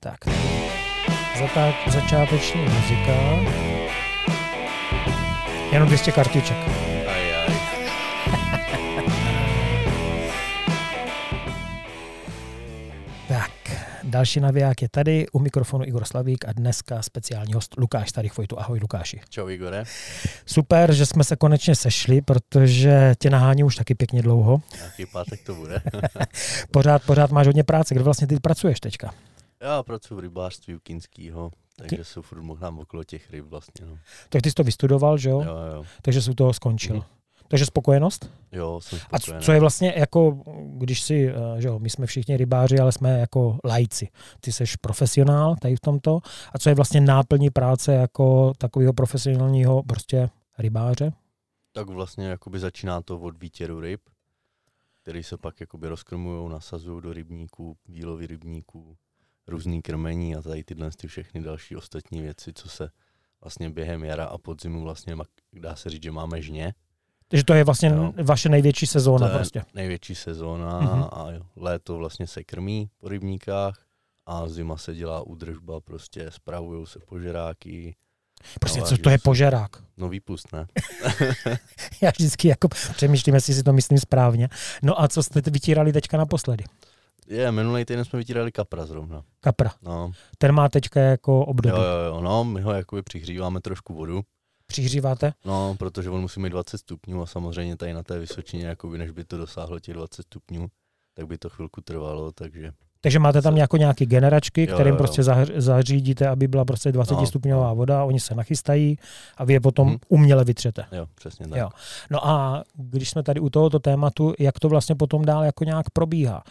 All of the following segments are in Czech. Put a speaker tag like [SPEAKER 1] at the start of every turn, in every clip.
[SPEAKER 1] Tak.
[SPEAKER 2] Zatá- začáteční muzika. Jenom 200 kartiček.
[SPEAKER 3] Aj, aj.
[SPEAKER 2] Tak, další naviják je tady, u mikrofonu Igor Slavík a dneska speciální host Lukáš Starých Vojtu. Ahoj Lukáši.
[SPEAKER 3] Čau Igore.
[SPEAKER 2] Super, že jsme se konečně sešli, protože tě nahání už taky pěkně dlouho.
[SPEAKER 3] Jaký pátek to bude?
[SPEAKER 2] Pořád, pořád máš hodně práce. Kde vlastně ty pracuješ teďka?
[SPEAKER 3] Já pracuji v rybářství u Kinskýho, takže jsou furt mohnám okolo těch ryb vlastně. No.
[SPEAKER 2] Tak ty jsi to vystudoval, že jo?
[SPEAKER 3] Jo, jo,
[SPEAKER 2] Takže jsi u toho skončil.
[SPEAKER 3] Mhm.
[SPEAKER 2] Takže spokojenost?
[SPEAKER 3] jo, jsem
[SPEAKER 2] A co,
[SPEAKER 3] spokojený.
[SPEAKER 2] co je vlastně jako, když si, eh, že jo, my jsme všichni rybáři, ale jsme jako lajci. Ty jsi profesionál tady v tomto. A co je vlastně náplní práce jako takového profesionálního prostě rybáře?
[SPEAKER 3] Tak vlastně jakoby začíná to od výtěru ryb, který se pak jakoby rozkrmují, nasazují do rybníků, výlovy rybníků, různý krmení a tady tyhle ty všechny další ostatní věci, co se vlastně během jara a podzimu vlastně mak- dá se říct, že máme žně.
[SPEAKER 2] Takže to je vlastně
[SPEAKER 3] Jo.
[SPEAKER 2] vaše největší sezóna
[SPEAKER 3] To je-
[SPEAKER 2] prostě.
[SPEAKER 3] největší sezóna
[SPEAKER 2] Mhm.
[SPEAKER 3] a jo, léto vlastně se krmí po rybníkách a zima se dělá údržba, prostě spravují se požeráky,
[SPEAKER 2] Prostě
[SPEAKER 3] ale
[SPEAKER 2] co
[SPEAKER 3] že
[SPEAKER 2] to je
[SPEAKER 3] se-
[SPEAKER 2] požerák?
[SPEAKER 3] no výpust, ne?
[SPEAKER 2] Já vždycky jako přemýšlím, jestli si to myslím správně. No a co jste vytírali teďka naposledy?
[SPEAKER 3] Je, minulý týden jsme vytírali kapra zrovna,
[SPEAKER 2] Kapra.
[SPEAKER 3] no.
[SPEAKER 2] Ten má teďka jako
[SPEAKER 3] Jo,
[SPEAKER 2] období.
[SPEAKER 3] jo, jo, no, my ho jakoby přihříváme trošku vodu,
[SPEAKER 2] Přihříváte?
[SPEAKER 3] no, protože on musí mít 20 stupňů a samozřejmě tady na té Vysočině, jakoby než by to dosáhlo těch 20 stupňů, tak by to chvilku trvalo, takže
[SPEAKER 2] Takže máte tam jako nějaké generačky,
[SPEAKER 3] Jo,
[SPEAKER 2] kterým
[SPEAKER 3] jo, jo.
[SPEAKER 2] prostě zahř- zařídíte, aby byla prostě 20
[SPEAKER 3] No,
[SPEAKER 2] stupňová voda, oni se nachystají a vy je potom
[SPEAKER 3] Mhm.
[SPEAKER 2] uměle vytřete.
[SPEAKER 3] jo, přesně tak.
[SPEAKER 2] Jo. No a když jsme tady u tohoto tématu, jak to vlastně potom dál jako nějak probíhá?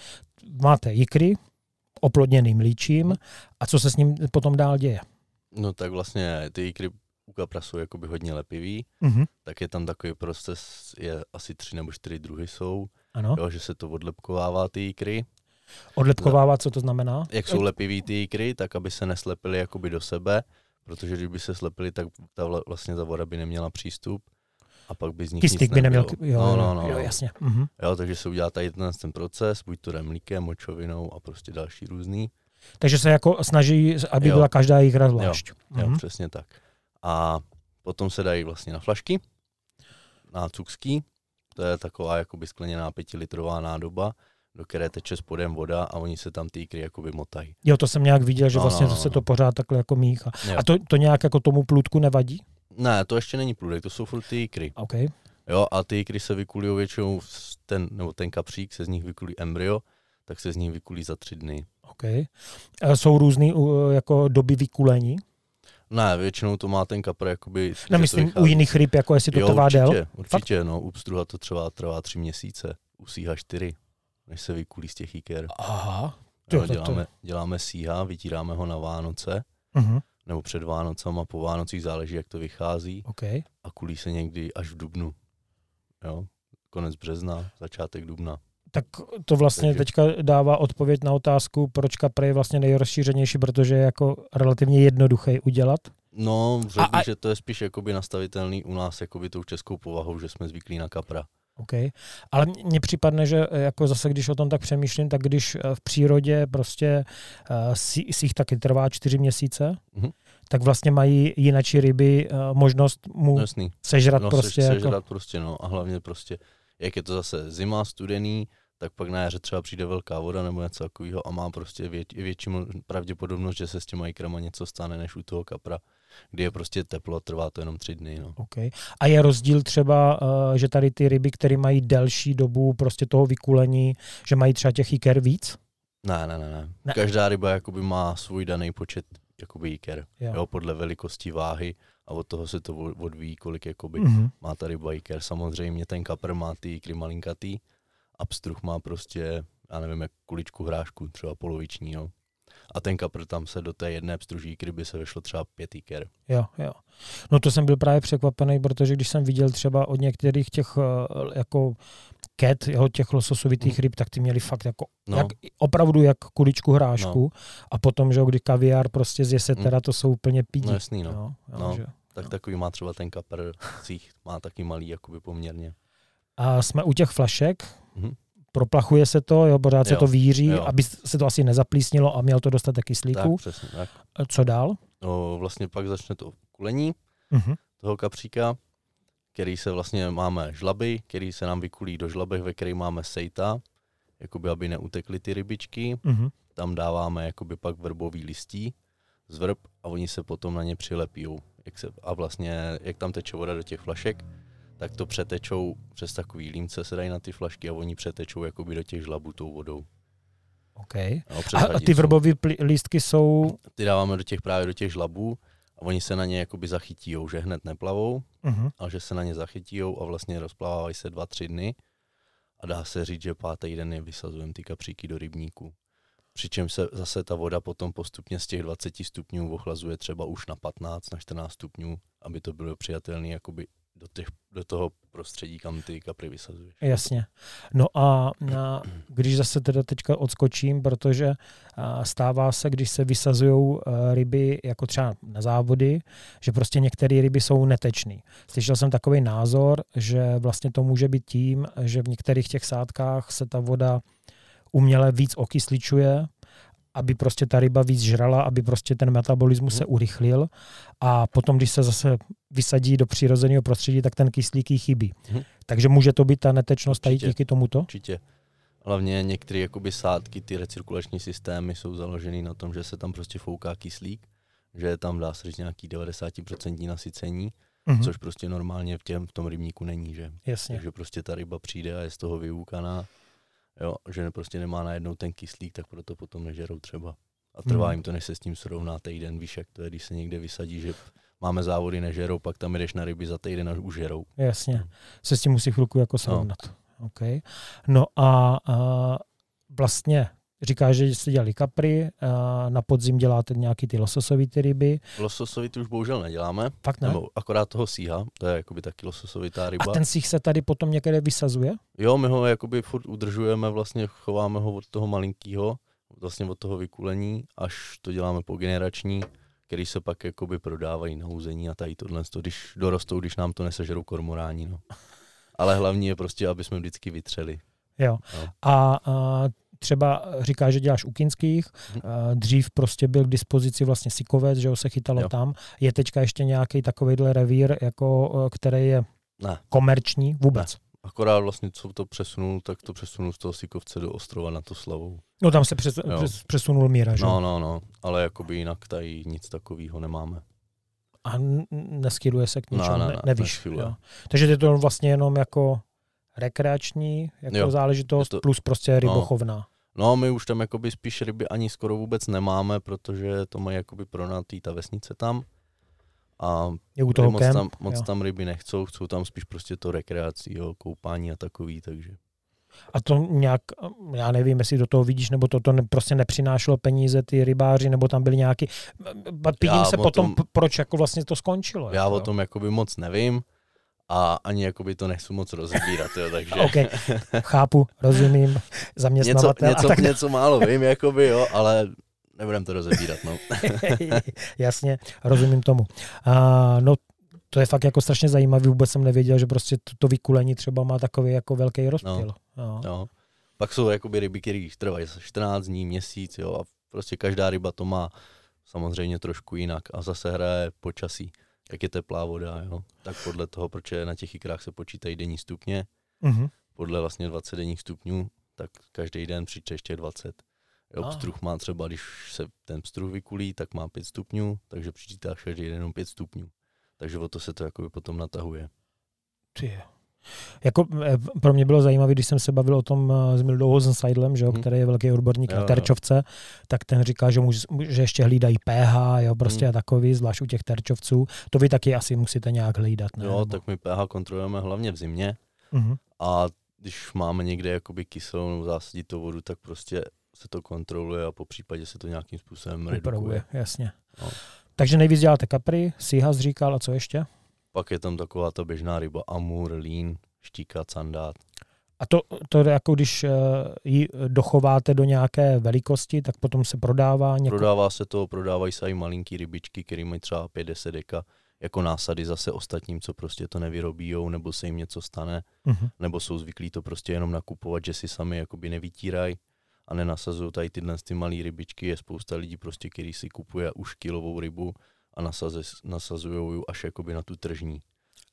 [SPEAKER 2] Máte jikry, oplodněným líčím a co se s ním potom dál děje?
[SPEAKER 3] No tak vlastně ty jikry u kapra jsou jakoby hodně lepivý,
[SPEAKER 2] Mhm.
[SPEAKER 3] tak je tam takový proces, je asi tři nebo čtyři druhy jsou,
[SPEAKER 2] Ano,
[SPEAKER 3] jo, že se to odlepkovává ty jikry.
[SPEAKER 2] odlepkovává, co to znamená?
[SPEAKER 3] Jak jsou lepivý ty jikry, tak aby se neslepily jakoby do sebe, protože kdyby se slepily, tak ta vla- vlastně ta voda by neměla přístup a pak by z nich
[SPEAKER 2] Kyslík
[SPEAKER 3] nic
[SPEAKER 2] by neměl,
[SPEAKER 3] nebylo.
[SPEAKER 2] jo,
[SPEAKER 3] no,
[SPEAKER 2] jo,
[SPEAKER 3] no, no.
[SPEAKER 2] jo,
[SPEAKER 3] no.
[SPEAKER 2] jasně. Mhm.
[SPEAKER 3] jo, takže se udělá tady ten, ten proces, buď to remlíkem, močovinou a prostě další různý.
[SPEAKER 2] Takže se jako snaží, aby
[SPEAKER 3] Jo.
[SPEAKER 2] byla každá jikra zvlášť.
[SPEAKER 3] Jo,
[SPEAKER 2] Mhm.
[SPEAKER 3] přesně tak. A potom se dají vlastně na flašky, na cukský, to je taková jakoby skleněná pětilitrová nádoba, do které teče spodem voda a oni se tam ty jikry jakoby motají.
[SPEAKER 2] Jo, to jsem nějak viděl, že
[SPEAKER 3] No,
[SPEAKER 2] vlastně
[SPEAKER 3] no, no,
[SPEAKER 2] se
[SPEAKER 3] no.
[SPEAKER 2] to pořád takhle jako míchá.
[SPEAKER 3] Jo.
[SPEAKER 2] A to, to nějak jako tomu plůdku nevadí?
[SPEAKER 3] Ne, to ještě není průdek, to jsou furt ty jikry.
[SPEAKER 2] OK.
[SPEAKER 3] Jo, a ty jikry se vykulí většinou, s- ten, nebo ten kapřík se z nich vykulí embryo, tak se z nich vykulí za tři dny.
[SPEAKER 2] OK. E, Jsou různé jako doby vykulení?
[SPEAKER 3] Ne, většinou to má ten kapr, jakoby... že to
[SPEAKER 2] Nemyslím u
[SPEAKER 3] vychází-
[SPEAKER 2] jiných ryb, jako jestli to
[SPEAKER 3] jo,
[SPEAKER 2] trvá
[SPEAKER 3] určitě,
[SPEAKER 2] dél.
[SPEAKER 3] Určitě, no, u pstruha to třeba trvá tři měsíce, u síha čtyři, než se vykulí z těch jiker.
[SPEAKER 2] Aha.
[SPEAKER 3] Jo,
[SPEAKER 2] Jo, tak to-
[SPEAKER 3] děláme, děláme síha, vytíráme ho na Vánoce,
[SPEAKER 2] Uh-huh.
[SPEAKER 3] nebo před Vánocem a po Vánocích záleží, jak to vychází
[SPEAKER 2] OK.
[SPEAKER 3] a kulí se někdy až v Dubnu. Jo, konec března, začátek Dubna.
[SPEAKER 2] Tak to vlastně
[SPEAKER 3] Takže-
[SPEAKER 2] teďka dává odpověď na otázku, proč kapra je vlastně nejrozšířenější, protože je jako relativně jednoduché udělat.
[SPEAKER 3] No,
[SPEAKER 2] A-
[SPEAKER 3] řekl
[SPEAKER 2] a-
[SPEAKER 3] bych, že to je spíš jakoby nastavitelný u nás jakoby tou českou povahou, že jsme zvyklí na kapra.
[SPEAKER 2] OK. Ale mně- mně připadne, že eh, jako zase, když o tom tak přemýšlím, tak když eh, v přírodě prostě eh, si, si jich taky trvá čtyři měsíce,
[SPEAKER 3] Mhm.
[SPEAKER 2] tak vlastně mají jinačí ryby eh, možnost mu
[SPEAKER 3] No jasný.
[SPEAKER 2] sežrat
[SPEAKER 3] No,
[SPEAKER 2] prostě
[SPEAKER 3] prostě
[SPEAKER 2] jako...
[SPEAKER 3] sežrat prostě, no. A hlavně prostě, jak je to zase zima, studený, tak pak na jaře třeba přijde velká voda nebo něco takového a má prostě vět, větší mo- pravděpodobnost, že se s těma ikrama něco stane, než u toho kapra, kdy je prostě teplo a trvá to jenom tři dny, no.
[SPEAKER 2] OK. A je rozdíl třeba, eh, že tady ty ryby, které mají delší dobu prostě toho vykulení, že mají třeba těch jiker víc?
[SPEAKER 3] Ne, ne, ne, ne.
[SPEAKER 2] Ne.
[SPEAKER 3] ne. Každá ryba jakoby má svůj daný počet jakoby jiker,
[SPEAKER 2] Jo.
[SPEAKER 3] jo. jo. podle velikosti váhy a od toho se to od- odvíjí, kolik jakoby
[SPEAKER 2] Mhm.
[SPEAKER 3] má tady biker, samozřejmě ten kapr má ty jikry malinkatý a pstruh má prostě, já nevím, jak kuličku hrášku, třeba poloviční, jo. A ten kapr tam se do té jedné pstruží jikry by se vešlo třeba pět jiker.
[SPEAKER 2] Jo, jo. No to jsem byl právě překvapený, protože když jsem viděl třeba od některých těch eh, jako ket, jo, těch lososovitých ryb, tak ty měli fakt jako no.
[SPEAKER 3] Mm. No.
[SPEAKER 2] jak, opravdu jak kuličku hrášku no. a potom, že jo, kdy kaviár prostě z jesetera, to jsou úplně pídi.
[SPEAKER 3] Mm. No jasný, no.
[SPEAKER 2] Jo, jo,
[SPEAKER 3] No.
[SPEAKER 2] Že?
[SPEAKER 3] Tak
[SPEAKER 2] No.
[SPEAKER 3] takový má třeba ten kapr, cích, má taky malý, jakoby poměrně.
[SPEAKER 2] A jsme u těch flašek.
[SPEAKER 3] Mhm.
[SPEAKER 2] proplachuje se to, jo, pořád jo, se
[SPEAKER 3] Jo,
[SPEAKER 2] to víří,
[SPEAKER 3] jo.
[SPEAKER 2] aby se to asi nezaplísnilo a měl to dostatek
[SPEAKER 3] Tak,
[SPEAKER 2] kyslíku.
[SPEAKER 3] přesně tak.
[SPEAKER 2] Co dál?
[SPEAKER 3] No, vlastně pak začne to kulení
[SPEAKER 2] Mhm.
[SPEAKER 3] toho kapříka, který se vlastně máme žlaby, který se nám vykulí do žlabech, ve kterých máme sejta, jakoby aby neutekly ty rybičky.
[SPEAKER 2] Mhm.
[SPEAKER 3] Tam dáváme jakoby pak vrbový listí z vrb a oni se potom na ně přilepijou. Jak se, a vlastně, jak tam teče voda do těch flašek, tak to přetečou přes takový límce, se dají na ty flašky a oni přetečou jakoby do těch žlabů tou vodou.
[SPEAKER 2] Okay.
[SPEAKER 3] Jo, přes
[SPEAKER 2] A, a ty
[SPEAKER 3] hadicu.
[SPEAKER 2] vrbové pli- lístky jsou...
[SPEAKER 3] ty dáváme do těch právě do těch žlabů a oni se na ně jakoby zachytijou, že hned neplavou,
[SPEAKER 2] Mhm.
[SPEAKER 3] ale že se na ně zachytijou a vlastně rozplávají se dva, tři dny a dá se říct, že pátý den je vysazujeme ty kapříky do rybníku. Přičemž se zase ta voda potom postupně z těch 20 stupňů ochlazuje třeba už na 15, na 14 stupňů, aby to bylo přijatelné jakoby do, těch, do toho prostředí, kam ty kapry vysazuješ.
[SPEAKER 2] Jasně. No a na, když zase teda teďka odskočím, protože a, stává se, když se vysazují ryby jako třeba na závody, že prostě některé ryby jsou netečný. Slyšel jsem takový názor, že vlastně to může být tím, že v některých těch sádkách se ta voda uměle víc okysličuje, aby prostě ta ryba víc žrala, aby prostě ten metabolismus se urychlil a potom, když se zase vysadí do přirozeného prostředí, tak ten kyslík jí chybí.
[SPEAKER 3] Mhm.
[SPEAKER 2] Takže může to být ta netečnost tady
[SPEAKER 3] Určitě.
[SPEAKER 2] díky tomuto?
[SPEAKER 3] Určitě. Hlavně některé jakoby sádky, ty recirkulační systémy jsou založeny na tom, že se tam prostě fouká kyslík, že je tam dá se říct nějaký 90% nasycení,
[SPEAKER 2] Mhm.
[SPEAKER 3] což prostě normálně v, těm, v tom rybníku není, že?
[SPEAKER 2] Jasně.
[SPEAKER 3] Takže prostě ta ryba přijde a je z toho vyukaná, jo, že ne- prostě nemá najednou ten kyslík, tak proto potom nežerou třeba. A trvá
[SPEAKER 2] Mhm.
[SPEAKER 3] jim to, než se s tím srovná týden, víš, jak to je, když se někde vysadí, že máme závody, nežerou, pak tam jdeš na ryby za týden a už žerou.
[SPEAKER 2] Jasně.
[SPEAKER 3] Mhm.
[SPEAKER 2] Se s tím musí chvilku jako srovnat. No, okay. no a, a vlastně říkáš, že jste dělali kapry, a na podzim děláte nějaký ty lososovité ryby.
[SPEAKER 3] Lososovitý už bohužel neděláme,
[SPEAKER 2] Fakt ne?
[SPEAKER 3] Ne? Nebo akorát toho síha, to je jakoby taky lososovitá ryba.
[SPEAKER 2] a ten si se tady potom někde vysazuje?
[SPEAKER 3] Jo, my ho jakoby furt udržujeme, vlastně chováme ho od toho malinkého, vlastně od toho vykulení, až to děláme po generační, který se pak jakoby prodávají na huzení a tady tohle, to, když dorostou, když nám to nesežerou kormoráni, no. Ale hlavní je prostě, aby jsme vždycky vytřeli.
[SPEAKER 2] Jo.
[SPEAKER 3] No.
[SPEAKER 2] A, a třeba říká, že děláš u kinských,
[SPEAKER 3] Mhm.
[SPEAKER 2] a dřív prostě byl k dispozici vlastně sikovec, že ho se chytalo
[SPEAKER 3] Jo.
[SPEAKER 2] tam. Je teďka ještě nějaký takovýhle revír, jako, eh, který je
[SPEAKER 3] Ne.
[SPEAKER 2] komerční vůbec?
[SPEAKER 3] Akorát vlastně, co to přesunul, tak to přesunul z toho Sikovce do ostrova na to slavou.
[SPEAKER 2] No tam se přes,
[SPEAKER 3] Jo.
[SPEAKER 2] přes, přesunul Míra, že?
[SPEAKER 3] No, no, no, ale jakoby jinak tady nic takového nemáme.
[SPEAKER 2] a n- neskyluje se k
[SPEAKER 3] Ne,
[SPEAKER 2] ničemu,
[SPEAKER 3] ne,
[SPEAKER 2] ne,
[SPEAKER 3] ne,
[SPEAKER 2] nevíš.
[SPEAKER 3] neskyluje.
[SPEAKER 2] Jo. Takže je to vlastně jenom jako rekreační jako
[SPEAKER 3] Jo,
[SPEAKER 2] záležitost
[SPEAKER 3] je to-
[SPEAKER 2] plus prostě rybochovná.
[SPEAKER 3] No, my už tam jakoby spíš ryby ani skoro vůbec nemáme, protože to mají jakoby pronatý ta vesnice tam. A
[SPEAKER 2] Je u
[SPEAKER 3] tady
[SPEAKER 2] toho
[SPEAKER 3] moc,
[SPEAKER 2] kemp.
[SPEAKER 3] tam, moc
[SPEAKER 2] jo.
[SPEAKER 3] tam ryby nechcou, chcou tam spíš prostě to rekreací, jo, koupání a takový, takže.
[SPEAKER 2] A to nějak, um, já nevím, jestli do toho vidíš, nebo to, to ne, prostě nepřinášelo peníze ty rybáři, nebo tam byli nějaký... Ba- Pídím
[SPEAKER 3] Já
[SPEAKER 2] se
[SPEAKER 3] o
[SPEAKER 2] potom,
[SPEAKER 3] tom-
[SPEAKER 2] p- proč jako vlastně to skončilo.
[SPEAKER 3] Já
[SPEAKER 2] jako,
[SPEAKER 3] o
[SPEAKER 2] jo.
[SPEAKER 3] tom jakoby moc nevím a ani jakoby to nechci moc rozbírat, jo, takže.
[SPEAKER 2] OK, chápu, rozumím,
[SPEAKER 3] Něco,
[SPEAKER 2] zaměstnavatel
[SPEAKER 3] něco,
[SPEAKER 2] a tak
[SPEAKER 3] něco málo vím, jakoby, jo, ale nebudem to rozebírat, no.
[SPEAKER 2] Jasně, rozumím tomu. A, no, to je fakt jako strašně zajímavý, vůbec jsem nevěděl, že prostě to, to vykulení třeba má takový jako velký rozptyl. No.
[SPEAKER 3] Jo. Pak jsou jakoby ryby, které trvají zase 14 dní, měsíc, jo, a prostě každá ryba to má samozřejmě trošku jinak a zase hraje počasí. Jak je teplá voda, jo, tak podle toho, proč je na těch ikrách se počítají denní stupně,
[SPEAKER 2] Mhm.
[SPEAKER 3] podle vlastně 20 denních stupňů, tak každý den přičteš těch 20. Jo,
[SPEAKER 2] Ah.
[SPEAKER 3] pstruh má třeba, když se ten pstruh vykulí, tak má 5 stupňů, takže přičítáš každý den jenom 5 stupňů. Takže o to se to jakoby potom natahuje.
[SPEAKER 2] Ty. jo. Jako eh, pro mě bylo zajímavé, když jsem se bavil o tom eh, s Mildou Hosenseidlem, že jo,
[SPEAKER 3] Mhm.
[SPEAKER 2] který je velký odborník
[SPEAKER 3] Jo,
[SPEAKER 2] na
[SPEAKER 3] jo.
[SPEAKER 2] terčovce, tak ten říká, že, může, že ještě hlídají pH, jo, prostě
[SPEAKER 3] Mhm.
[SPEAKER 2] a takový, zvlášť u těch terčovců. To vy taky asi musíte nějak hlídat, ne?
[SPEAKER 3] Jo, tak my pH kontrolujeme hlavně v zimě,
[SPEAKER 2] Mhm.
[SPEAKER 3] A když máme někde jakoby kyselou nebo zásaditou vodu, tak prostě se to kontroluje a po případě se to nějakým způsobem
[SPEAKER 2] Upravuje,
[SPEAKER 3] redukuje.
[SPEAKER 2] jasně.
[SPEAKER 3] No.
[SPEAKER 2] Takže nejvíc děláte kapry, Sihas říkal, a co ještě?
[SPEAKER 3] Pak je tam taková ta běžná ryba, amur, lín, štíka, candát.
[SPEAKER 2] A to, to je jako když eh, ji dochováte do nějaké velikosti, tak potom se prodává někomu.
[SPEAKER 3] Prodává se to, prodávají se i malinký rybičky, které mají třeba 5-10 deka, jako násady zase ostatním, co prostě to nevyrobíjou, nebo se jim něco stane,
[SPEAKER 2] Mhm.
[SPEAKER 3] nebo jsou zvyklí to prostě jenom nakupovat, že si sami jakoby nevytírají a nenasazují tady tyhle ty malé rybičky. Je spousta lidí prostě, který si kupuje už kilovou rybu a nasazují ji až jakoby na tu tržní,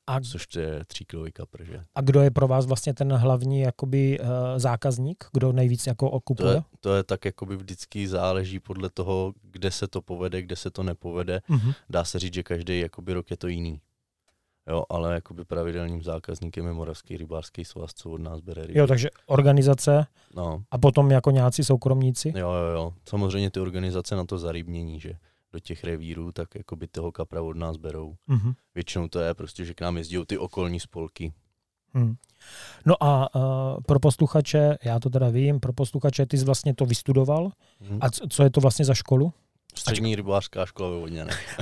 [SPEAKER 2] A,
[SPEAKER 3] což to je tříkilový kapr, že?
[SPEAKER 2] a kdo je pro vás vlastně ten hlavní jakoby, uh, zákazník, kdo nejvíc jako
[SPEAKER 3] To
[SPEAKER 2] okupuje?
[SPEAKER 3] je, to je tak jakoby vždycky záleží podle toho, kde se to povede, kde se to nepovede.
[SPEAKER 2] Mhm.
[SPEAKER 3] Dá se říct, že každý jakoby rok je to jiný. Jo, ale jakoby pravidelným zákazníkem je Moravský rybářský svaz, co od nás bere ryby.
[SPEAKER 2] Jo, takže organizace
[SPEAKER 3] No,
[SPEAKER 2] a potom jako nějací soukromníci?
[SPEAKER 3] jo, jo, jo. Samozřejmě ty organizace na to zarybnění, že do těch revírů, tak jakoby toho kapra od nás berou.
[SPEAKER 2] Mhm.
[SPEAKER 3] Většinou to je prostě, že k nám jezdí ty okolní spolky.
[SPEAKER 2] Hmm. No a uh, pro posluchače, já to teda vím, pro posluchače ty jsi vlastně to vystudoval.
[SPEAKER 3] Hm.
[SPEAKER 2] A co, co je to vlastně za školu?
[SPEAKER 3] Střední rybářská škola ve Vodňanech.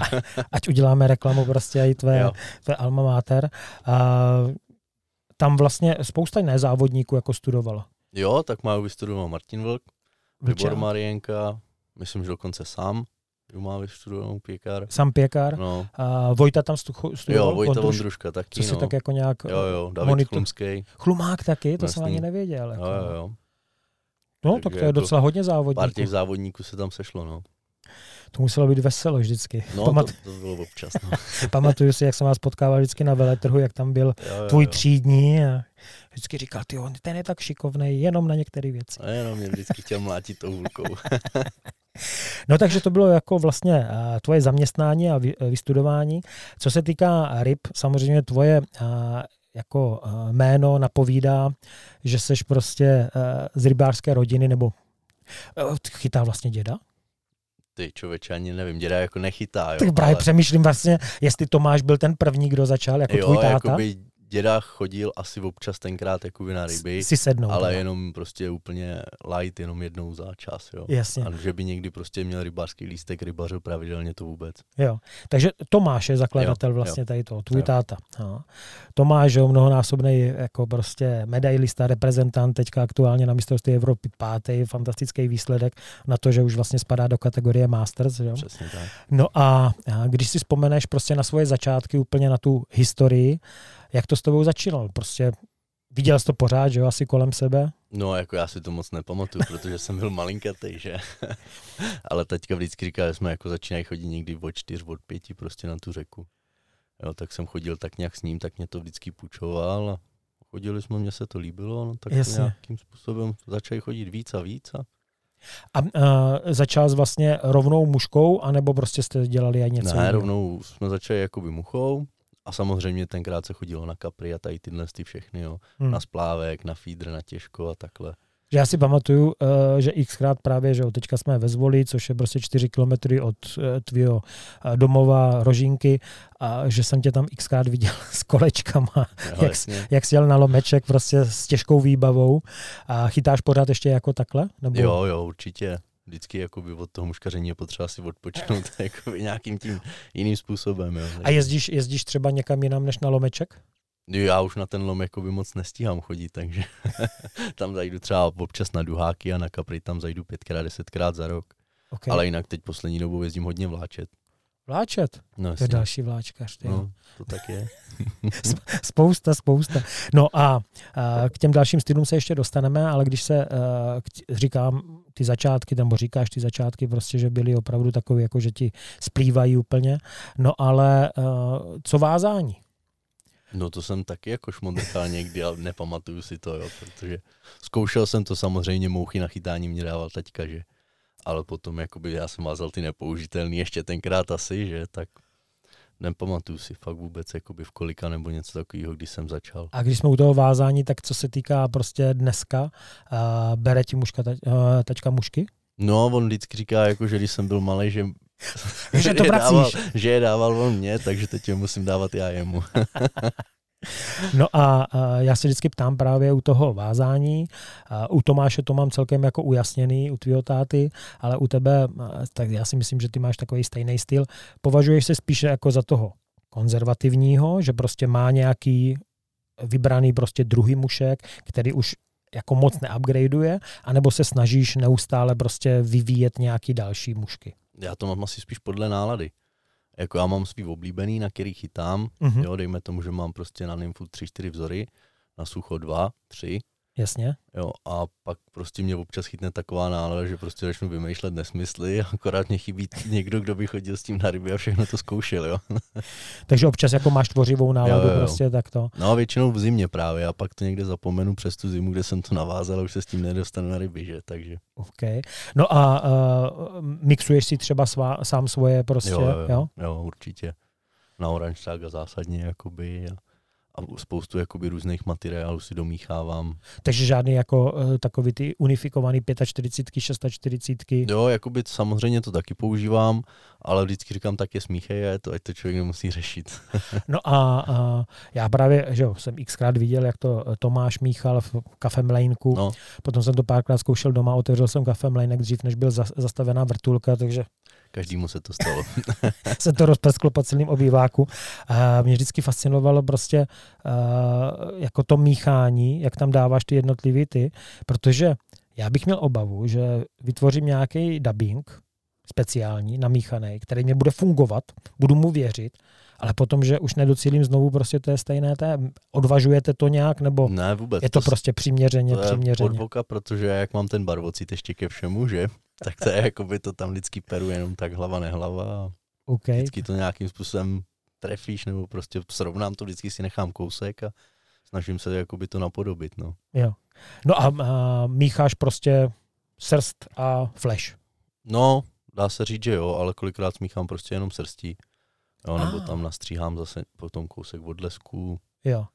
[SPEAKER 2] Ať uděláme reklamu prostě i tvé,
[SPEAKER 3] Jo.
[SPEAKER 2] tvé alma mater. Uh, tam vlastně spousta nezávodníků jako studovala.
[SPEAKER 3] Jo, tak má vystudoval Martin Vlk,
[SPEAKER 2] Vlčák,
[SPEAKER 3] Libor Marienka, myslím, že dokonce sám ju má vystudovanou pěkár.
[SPEAKER 2] Sam Pěkár.
[SPEAKER 3] No.
[SPEAKER 2] Uh, Vojta tam stu- studoval.
[SPEAKER 3] Jo, Vojta
[SPEAKER 2] Ondruš-
[SPEAKER 3] Vondruška taky,
[SPEAKER 2] Co si
[SPEAKER 3] no.
[SPEAKER 2] tak jako nějak...
[SPEAKER 3] Jo, jo, David
[SPEAKER 2] monitor-
[SPEAKER 3] Chlumský.
[SPEAKER 2] Chlumák taky, to jsem
[SPEAKER 3] Jasný.
[SPEAKER 2] ani nevěděl. Jako.
[SPEAKER 3] Jo, jo, jo.
[SPEAKER 2] No, tak
[SPEAKER 3] Takže
[SPEAKER 2] to je
[SPEAKER 3] jako
[SPEAKER 2] docela hodně
[SPEAKER 3] Pár
[SPEAKER 2] závodníků.
[SPEAKER 3] těch závodníků se tam sešlo, no.
[SPEAKER 2] To muselo být veselo vždycky.
[SPEAKER 3] No,
[SPEAKER 2] Pamat-
[SPEAKER 3] to, to bylo občas, no.
[SPEAKER 2] Pamatuju si, jak jsem vás potkával vždycky na veletrhu, jak tam byl
[SPEAKER 3] Jo, jo,
[SPEAKER 2] tvůj
[SPEAKER 3] jo.
[SPEAKER 2] třídní a vždycky říkal, ty on ten je tak šikovný, jenom na některé věci.
[SPEAKER 3] A jenom mě vždycky chtěl mlátit tou hulkou.
[SPEAKER 2] No takže to bylo jako vlastně a, tvoje zaměstnání a vy- eh, vystudování. Co se týká ryb, samozřejmě tvoje a, jako a, jméno napovídá, že seš prostě a, z rybářské rodiny nebo a, chytá vlastně děda?
[SPEAKER 3] Ty člověče, ani nevím, děda jako nechytá, jo.
[SPEAKER 2] tak právě přemýšlím vlastně, jestli Tomáš byl ten první, kdo začal, jako
[SPEAKER 3] jo,
[SPEAKER 2] tvůj táta.
[SPEAKER 3] jakoby děda chodil asi občas tenkrát jakoby na ryby,
[SPEAKER 2] si sednout. no.
[SPEAKER 3] ale
[SPEAKER 2] jo.
[SPEAKER 3] jenom prostě úplně light, jenom jednou za čas, jo.
[SPEAKER 2] Jasně,
[SPEAKER 3] A že by někdy prostě měl rybářský lístek, rybařil pravidelně to vůbec.
[SPEAKER 2] jo. Takže Tomáš je zakladatel
[SPEAKER 3] Jo, jo.
[SPEAKER 2] vlastně tady toho, tvůj
[SPEAKER 3] Jo.
[SPEAKER 2] táta. Jo. Tomáš je mnohonásobný jako prostě medailista, reprezentant teďka aktuálně na mistrovství Evropy pátý, fantastický výsledek na to, že už vlastně spadá do kategorie Masters. Jo.
[SPEAKER 3] Přesně tak.
[SPEAKER 2] No a a když si vzpomeneš prostě na svoje začátky, úplně na tu historii, jak to s tebou začínalo? Prostě viděl jsi to pořád, že jo, asi kolem sebe?
[SPEAKER 3] No, jako já si to moc nepamatuju, protože jsem byl malinkatej, že? Ale teďka vždycky říká, že jsme jako začínají chodit někdy od čtyř, od pěti prostě na tu řeku. Jo, tak jsem chodil tak nějak s ním, tak mě to vždycky půjčoval a chodili jsme, mně se to líbilo, no tak
[SPEAKER 2] Jasně.
[SPEAKER 3] Jasně. nějakým způsobem začali chodit víc a víc a
[SPEAKER 2] A uh, začal jsi vlastně rovnou mužkou, anebo prostě jste dělali aj něco
[SPEAKER 3] ne,
[SPEAKER 2] jiného?
[SPEAKER 3] rovnou jsme začali jakoby muchou a samozřejmě tenkrát se chodilo na kapry a tady tyhle ty všechny, jo.
[SPEAKER 2] Hmm.
[SPEAKER 3] Na splávek, na feeder, na těžko a takhle.
[SPEAKER 2] Že já si pamatuju, eh, že xkrát právě, že jo, teďka jsme ve Zvoli, což je prostě 4 kilometry od eh, tvýho eh, domova Rožínky, a že jsem tě tam xkrát viděl s kolečkama,
[SPEAKER 3] Jo,
[SPEAKER 2] Jak
[SPEAKER 3] jasně.
[SPEAKER 2] jak jsi jel na lomeček prostě s těžkou výbavou a chytáš pořád ještě jako takhle? Nebo
[SPEAKER 3] Jo, jo, určitě. Vždycky jakoby od toho muškaření je potřeba si odpočinout jakoby nějakým tím jiným způsobem. Jo.
[SPEAKER 2] A jezdíš, jezdíš třeba někam jinam než na lomeček?
[SPEAKER 3] Jo, No, Já už na ten lom jakoby moc nestíhám chodit, takže tam zajdu třeba občas na duháky a na kapry tam zajdu pětkrát, desetkrát za rok.
[SPEAKER 2] Okay.
[SPEAKER 3] Ale jinak teď poslední dobou jezdím hodně vláčet.
[SPEAKER 2] Vláčet,
[SPEAKER 3] No,
[SPEAKER 2] to
[SPEAKER 3] jasně.
[SPEAKER 2] je další vláčkař. Ty. jo.
[SPEAKER 3] no, to tak je.
[SPEAKER 2] Spousta, spousta. No a a k těm dalším stylům se ještě dostaneme, ale když se eh, k t- říkám ty začátky, nebo říkáš ty začátky prostě, že byly opravdu takové, jako že ti splývají úplně. No ale eh, co vázání?
[SPEAKER 3] No to jsem taky jako šmodrchal někdy, ale nepamatuju si to, jo, protože zkoušel jsem to samozřejmě, mouchy na chytání mě dával taťka, že. Ale potom jakoby já jsem vázal ty nepoužitelný ještě tenkrát asi, že, tak nepamatuju si fakt vůbec jakoby v kolika nebo něco takového, když jsem začal.
[SPEAKER 2] A když jsme u toho vázání, tak co se týká prostě dneska, eh, bere ti mužka, ta, eh, tačka mužky?
[SPEAKER 3] No on vždycky říká, jako, že když jsem byl malý, že,
[SPEAKER 2] Že to
[SPEAKER 3] je dával,
[SPEAKER 2] vracíš.
[SPEAKER 3] že je dával on mě, takže teď je musím dávat já jemu.
[SPEAKER 2] No a eh, já se vždycky ptám právě u toho vázání. Eh, U Tomáše to mám celkem jako ujasněný, u tvýho táty, ale u tebe, eh, tak já si myslím, že ty máš takový stejný styl. Považuješ se spíše jako za toho konzervativního, že prostě má nějaký vybraný prostě druhý mušek, který už jako moc neupgradeuje, anebo se snažíš neustále prostě vyvíjet nějaký další mušky.
[SPEAKER 3] Já to mám asi spíš podle nálady. Jako já mám svý oblíbený, na který chytám,
[SPEAKER 2] Mhm.
[SPEAKER 3] jo, dejme tomu, že mám prostě na nymfu 3-4 vzory, na sucho 2, 3,
[SPEAKER 2] Jasně.
[SPEAKER 3] jo, a pak prostě mě občas chytne taková nálada, že prostě začnu vymýšlet nesmysly, akorát mě chybí někdo, kdo by chodil s tím na ryby a všechno to zkoušel, jo.
[SPEAKER 2] Takže občas jako máš tvořivou náladu
[SPEAKER 3] Jo, jo, jo.
[SPEAKER 2] prostě takto.
[SPEAKER 3] No a většinou v zimě právě, a pak to někde zapomenu přes tu zimu, kde jsem to navázal a už se s tím nedostanu na ryby, že, takže.
[SPEAKER 2] Okay. No a uh, mixuješ si třeba svá, sám svoje prostě,
[SPEAKER 3] Jo, jo, jo, jo určitě. Na oranž a zásadně, jakoby, a, a spoustu jakoby různých materiálů si domíchávám.
[SPEAKER 2] Takže žádný jako uh, takový ty unifikovaný 45, 640.
[SPEAKER 3] Jo, jakoby samozřejmě to taky používám, ale vždycky říkám, tak je smíchej, a je to, ať to člověk nemusí řešit.
[SPEAKER 2] No a, a já právě, že jo, jsem xkrát viděl, jak to eh, Tomáš míchal v kafem lejnku.
[SPEAKER 3] No.
[SPEAKER 2] Potom jsem to párkrát zkoušel doma, otevřel jsem kafem lejnek dřív, než byl zas- zastavená vrtulka, takže
[SPEAKER 3] Každému se to stalo.
[SPEAKER 2] se to rozprsklo po celém obýváku. A mě vždycky fascinovalo prostě eh, jako to míchání, jak tam dáváš ty jednotlivý ty, protože já bych měl obavu, že vytvořím nějaký dubbing speciální, namíchaný, který mě bude fungovat, budu mu věřit, ale potom, že už nedocílím znovu prostě té stejné té, odvažujete to nějak, nebo
[SPEAKER 3] Ne, vůbec.
[SPEAKER 2] je to
[SPEAKER 3] s-
[SPEAKER 2] prostě přiměřeně,
[SPEAKER 3] To je
[SPEAKER 2] přiměřeně.
[SPEAKER 3] podvoka, protože já jak mám ten barvocit ještě ke všemu, že? Tak to je jako by to tam vždycky peru jenom tak hlava nehlava a
[SPEAKER 2] Okay.
[SPEAKER 3] vždycky to nějakým způsobem trefíš nebo prostě srovnám to, vždycky si nechám kousek a snažím se jakoby to napodobit, no.
[SPEAKER 2] No a, a mícháš prostě srst a flash.
[SPEAKER 3] No, dá se říct, že jo, ale kolikrát smíchám prostě jenom srstí. Jo, nebo
[SPEAKER 2] Ah.
[SPEAKER 3] tam nastříhám zase potom kousek odlesků.
[SPEAKER 2] Jo.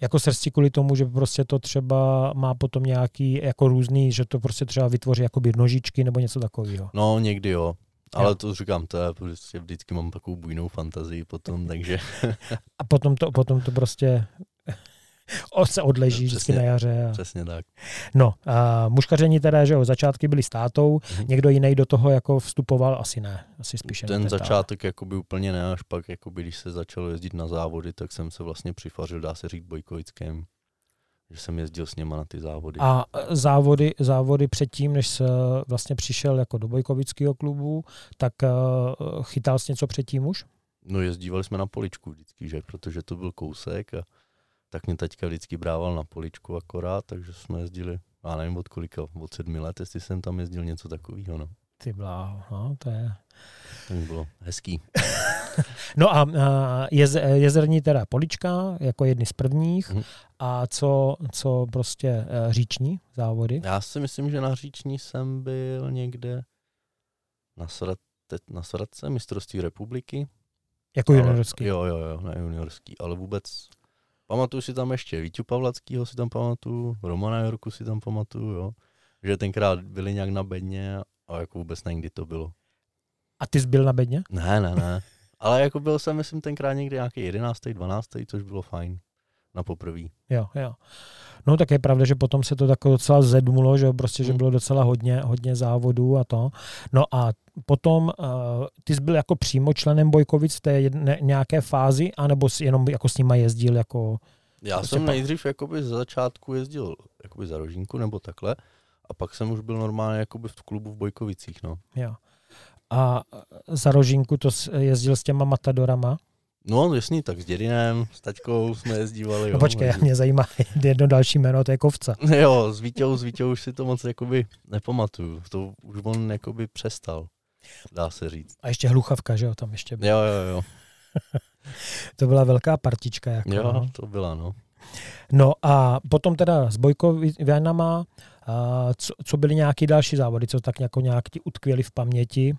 [SPEAKER 2] Jako srsti kvůli tomu, že prostě to třeba má potom nějaký jako různý, že to prostě třeba vytvoří jakoby nožičky nebo něco takového.
[SPEAKER 3] No, někdy jo. Ale
[SPEAKER 2] Jo.
[SPEAKER 3] to říkám, to je prostě vždycky mám takovou bujnou fantazii potom, takže
[SPEAKER 2] A potom to, potom to prostě o- se odleží vždycky
[SPEAKER 3] No, Přesně.
[SPEAKER 2] na jaře. A...
[SPEAKER 3] přesně tak.
[SPEAKER 2] No, a muškaření teda, že jo, začátky byly státou,
[SPEAKER 3] Mhm.
[SPEAKER 2] někdo jiný do toho jako vstupoval, asi ne, asi spíš jenom
[SPEAKER 3] Ten
[SPEAKER 2] táta.
[SPEAKER 3] začátek jakoby úplně ne, až pak jakoby, když se začalo jezdit na závody, tak jsem se vlastně přifařil, dá se říct, Bojkovickém. Že jsem jezdil s něma na ty závody.
[SPEAKER 2] A závody, závody předtím, než se vlastně přišel jako do Bojkovického klubu, tak eh, chytal jsi něco předtím už?
[SPEAKER 3] No jezdívali jsme na poličku vždycky, že? Protože to byl kousek a tak mě taťka vždycky brával na poličku akorát, takže jsme jezdili, já nevím od kolika, od sedmi let, jestli jsem tam jezdil něco takového, no.
[SPEAKER 2] Ty bláho, no, to je...
[SPEAKER 3] To mi bylo hezký.
[SPEAKER 2] No a, a jez, jezerní teda polička, jako jedny z prvních,
[SPEAKER 3] Mhm.
[SPEAKER 2] a co, co prostě eh, říční závody.
[SPEAKER 3] Já si myslím, že na Říční jsem byl někde na, srate, na Sradce, mistrovství republiky,
[SPEAKER 2] Jako
[SPEAKER 3] Ale-
[SPEAKER 2] juniorský.
[SPEAKER 3] Jo, jo, jo, na juniorský, ale vůbec. Pamatuju si tam ještě Vítu Pavlackýho si tam pamatuju, Romana Jorku si tam pamatuju, jo. Že tenkrát byli nějak na bedně a jako vůbec nevím, kdy to bylo.
[SPEAKER 2] A ty jsi byl na bedně?
[SPEAKER 3] Ne, ne, ne. Ale jako byl jsem, myslím, tenkrát někdy nějaký 11. 12. což bylo fajn. Na poprví.
[SPEAKER 2] Jo, jo. No tak je pravda, že potom se to tak docela zedmulo, že jo, prostě, že
[SPEAKER 3] Mhm.
[SPEAKER 2] bylo docela hodně, hodně závodů a to. No a potom eh, ty jsi byl jako přímo členem Bojkovic v té jedné, nějaké fázi, anebo jsi jenom jako s nima jezdil jako...
[SPEAKER 3] Já
[SPEAKER 2] Prostě
[SPEAKER 3] jsem
[SPEAKER 2] pak-
[SPEAKER 3] nejdřív jakoby ze začátku jezdil jakoby za rožínku nebo takhle. A pak jsem už byl normálně jakoby v klubu v Bojkovicích, no.
[SPEAKER 2] Jo. A za rožinku to s- jezdil s těma matadorama?
[SPEAKER 3] No, jasný, tak s dědinem, s taťkou jsme jezdívali, jo.
[SPEAKER 2] No počkej,
[SPEAKER 3] takže-
[SPEAKER 2] mě zajímá jedno další jméno, to je Kovca.
[SPEAKER 3] Jo, s Vítěou, s Vítěou už si to moc jakoby nepamatuju. To už on jakoby přestal, dá se říct.
[SPEAKER 2] A ještě Hluchavka, že jo, tam ještě byl.
[SPEAKER 3] Jo, jo, jo.
[SPEAKER 2] To byla velká partička. Jako,
[SPEAKER 3] Jo,
[SPEAKER 2] no.
[SPEAKER 3] to byla, no.
[SPEAKER 2] no a potom teda s Bojkovinama, a co, co byly nějaké další závody, co tak jako nějak ti utkvěly v paměti.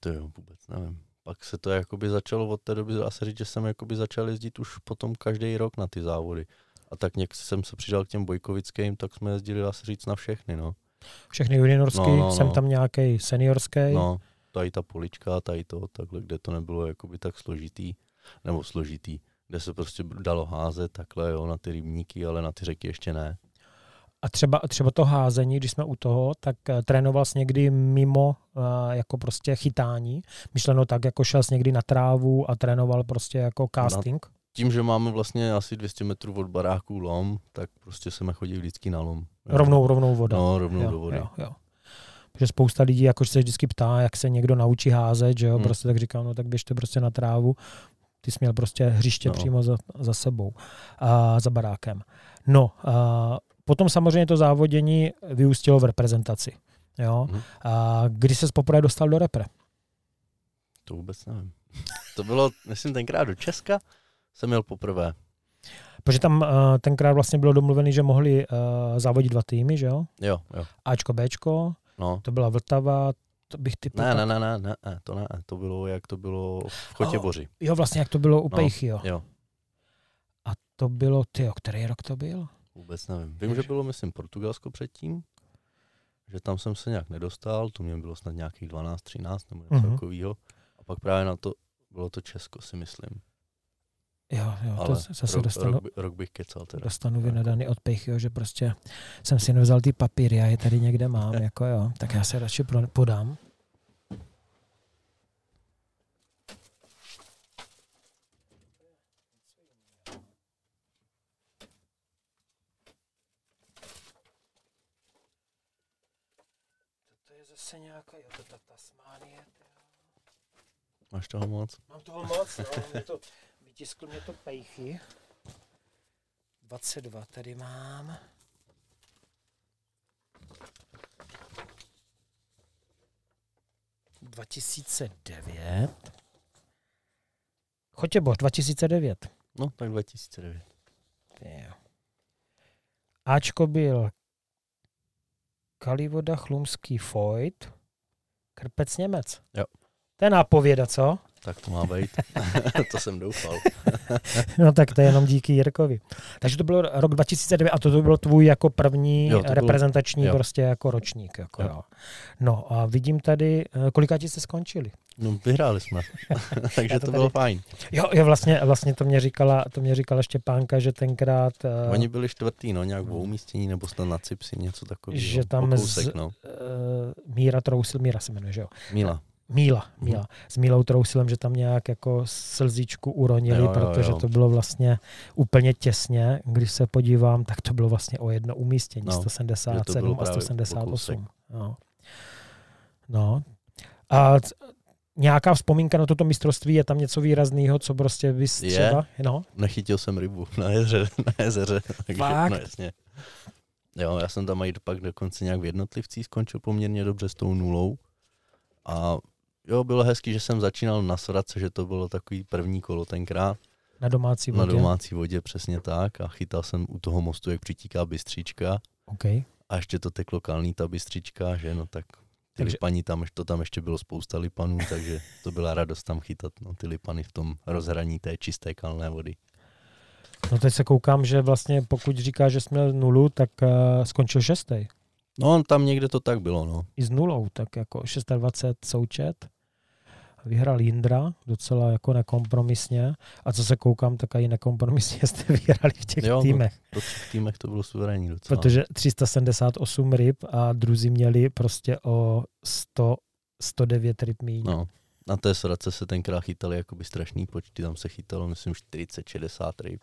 [SPEAKER 3] To jo, vůbec nevím. Pak se to jakoby začalo od té doby, dá se říct, že jsem jakoby začal jezdit už potom každý rok na ty závody. A tak nějak jsem se přidal k těm Bojkovickým, tak jsme jezdili, dá se říct, na všechny, no.
[SPEAKER 2] Všechny juniorský,
[SPEAKER 3] No, no,
[SPEAKER 2] jsem
[SPEAKER 3] no.
[SPEAKER 2] tam nějaký seniorský.
[SPEAKER 3] No, tady ta polička, tady to, takhle, kde to nebylo jakoby tak složitý, nebo složitý, kde se prostě dalo házet takhle, jo, na ty rybníky, ale na ty řeky ještě ne.
[SPEAKER 2] A třeba, třeba to házení, když jsme u toho, tak eh, trénoval jsi někdy mimo eh, jako prostě chytání. Myšleno tak, jako šel jsi někdy na trávu a trénoval prostě jako casting.
[SPEAKER 3] tím, že máme vlastně asi 200 metrů od baráku lom, tak prostě jsme chodili vždycky na lom. Jo.
[SPEAKER 2] Rovnou, rovnou voda.
[SPEAKER 3] No, rovnou
[SPEAKER 2] jo,
[SPEAKER 3] do vody.
[SPEAKER 2] Jo, jo. že spousta lidí jako se vždycky ptá, jak se někdo naučí házet, že jo,
[SPEAKER 3] Hmm.
[SPEAKER 2] prostě tak říkám, no tak běžte prostě na trávu, ty jsi měl prostě hřiště
[SPEAKER 3] No.
[SPEAKER 2] přímo za, za sebou, a za barákem. No, a potom samozřejmě to závodění vyústilo v reprezentaci. Jo?
[SPEAKER 3] Mhm.
[SPEAKER 2] A kdy se poprvé dostal do repre?
[SPEAKER 3] To vůbec nevím. To bylo, myslím, tenkrát do Česka jsem jel poprvé.
[SPEAKER 2] Protože tam eh, tenkrát vlastně bylo domluvený, že mohli eh, závodit dva týmy, že jo?
[SPEAKER 3] Jo, jo.
[SPEAKER 2] Ačko, Bčko,
[SPEAKER 3] No.
[SPEAKER 2] to byla Vltava, to bych typil.
[SPEAKER 3] Ne,
[SPEAKER 2] tak-
[SPEAKER 3] ne, ne, ne, ne, ne, to ne, to bylo, jak to bylo v Chotěboři.
[SPEAKER 2] Jo, vlastně jak to bylo u
[SPEAKER 3] No,
[SPEAKER 2] Pejchy, jo.
[SPEAKER 3] Jo,
[SPEAKER 2] A to bylo, ty, který rok to byl?
[SPEAKER 3] vůbec nevím. Vím, že bylo, myslím, Portugalsko předtím, že tam jsem se nějak nedostal, to mě bylo snad nějakých 12, 13 nebo něco
[SPEAKER 2] Mhm.
[SPEAKER 3] takového. A pak právě na to bylo to Česko, si myslím.
[SPEAKER 2] Jo, jo, No, to
[SPEAKER 3] Ale
[SPEAKER 2] z- zase
[SPEAKER 3] rok,
[SPEAKER 2] dostanu,
[SPEAKER 3] rok, by- rok, bych kecal teda. jako-
[SPEAKER 2] dostanu vynedaný od Pejchyho, že prostě jsem si nevzal ty papíry, já je tady někde mám, jako jo, tak já se radši pro- podám. To je zase nějaká, jo, to ta Tasmánie,
[SPEAKER 3] Máš toho moc?
[SPEAKER 2] Mám toho moc, no. Mě to, vytiskl mě to pejchy. 22 tady mám. ...2009... Chotěboř, 2009.
[SPEAKER 3] No, tak 2009.
[SPEAKER 2] Jo. Ačko byl Kalivoda, Chlumský, Foyt, Krpec, Němec.
[SPEAKER 3] Jo.
[SPEAKER 2] To je nápověda, co?
[SPEAKER 3] Tak to má být. to jsem doufal.
[SPEAKER 2] No tak to je jenom díky Jirkovi. Takže to byl rok 2009 a to, to byl tvůj jako první
[SPEAKER 3] Jo,
[SPEAKER 2] jo,
[SPEAKER 3] to byl-
[SPEAKER 2] reprezentační
[SPEAKER 3] jo.
[SPEAKER 2] bylo... prostě jako ročník. Jako
[SPEAKER 3] Jo.
[SPEAKER 2] jo. No a vidím tady, eh, kolika ti jste skončili?
[SPEAKER 3] No, vyhráli jsme. Takže
[SPEAKER 2] Já to
[SPEAKER 3] to, to bylo
[SPEAKER 2] tady-
[SPEAKER 3] fajn.
[SPEAKER 2] Jo, jo vlastně, vlastně to mě říkala, to mě říkala Štěpánka, že tenkrát, eh,
[SPEAKER 3] Oni byli čtvrtý, no, nějak v umístění nebo snad na Cipsi, něco takového.
[SPEAKER 2] Že tam
[SPEAKER 3] o kousek,
[SPEAKER 2] z-
[SPEAKER 3] no.
[SPEAKER 2] eh, Míra Trousil, Míra se jmenuje, že jo?
[SPEAKER 3] Mila.
[SPEAKER 2] Míla, Míla. S Mílou Trousilem, že tam nějak jako slzičku uronili,
[SPEAKER 3] Jo,
[SPEAKER 2] jo,
[SPEAKER 3] jo,
[SPEAKER 2] jo, protože
[SPEAKER 3] jo.
[SPEAKER 2] to bylo vlastně úplně těsně. Když se podívám, tak to bylo vlastně o jedno umístění,
[SPEAKER 3] No,
[SPEAKER 2] no,
[SPEAKER 3] že to bylo
[SPEAKER 2] 177 a
[SPEAKER 3] právě o
[SPEAKER 2] 178.
[SPEAKER 3] kousek.
[SPEAKER 2] No. no. A c- nějaká vzpomínka na toto mistrovství, je tam něco výrazného, co prostě vy
[SPEAKER 3] Je.
[SPEAKER 2] třeba, no,
[SPEAKER 3] Nechytil jsem rybu na jezeře. Na jezeře takže,
[SPEAKER 2] Fakt?
[SPEAKER 3] No, jasně. Jo, já jsem tam i pak dokonce nějak v jednotlivcích skončil poměrně dobře s tou nulou. A jo, bylo hezký, že jsem začínal na Soradce, že to bylo takový první kolo tenkrát.
[SPEAKER 2] na domácí vodě.
[SPEAKER 3] Na domácí vodě, přesně tak. A chytal jsem u toho mostu, jak přitíká bystříčka.
[SPEAKER 2] Okay.
[SPEAKER 3] A ještě to teklo kalný ta bystříčka, že no tak ty
[SPEAKER 2] Takže-
[SPEAKER 3] lipaní tam, to tam ještě bylo spousta lipanů, takže to byla radost tam chytat no, ty lipany v tom rozhraní té čisté kalné vody.
[SPEAKER 2] No teď se koukám, že vlastně pokud říká, že jsme nulu, tak uh, skončil šestý.
[SPEAKER 3] No tam někde to tak bylo, no.
[SPEAKER 2] i s nulou, tak jako 26 součet. Vyhrál Jindra docela jako nekompromisně. A co se koukám, tak i nekompromisně jste vyhrali v těch
[SPEAKER 3] Jo, no,
[SPEAKER 2] jo, týmech.
[SPEAKER 3] Po třech týmech to bylo suverénní docela.
[SPEAKER 2] Protože 378 ryb a druzí měli prostě o 100, 109 ryb míň. No.
[SPEAKER 3] No. Na té sradce se tenkrát chytali jakoby strašný počty, tam se chytalo myslím 40-60 ryb,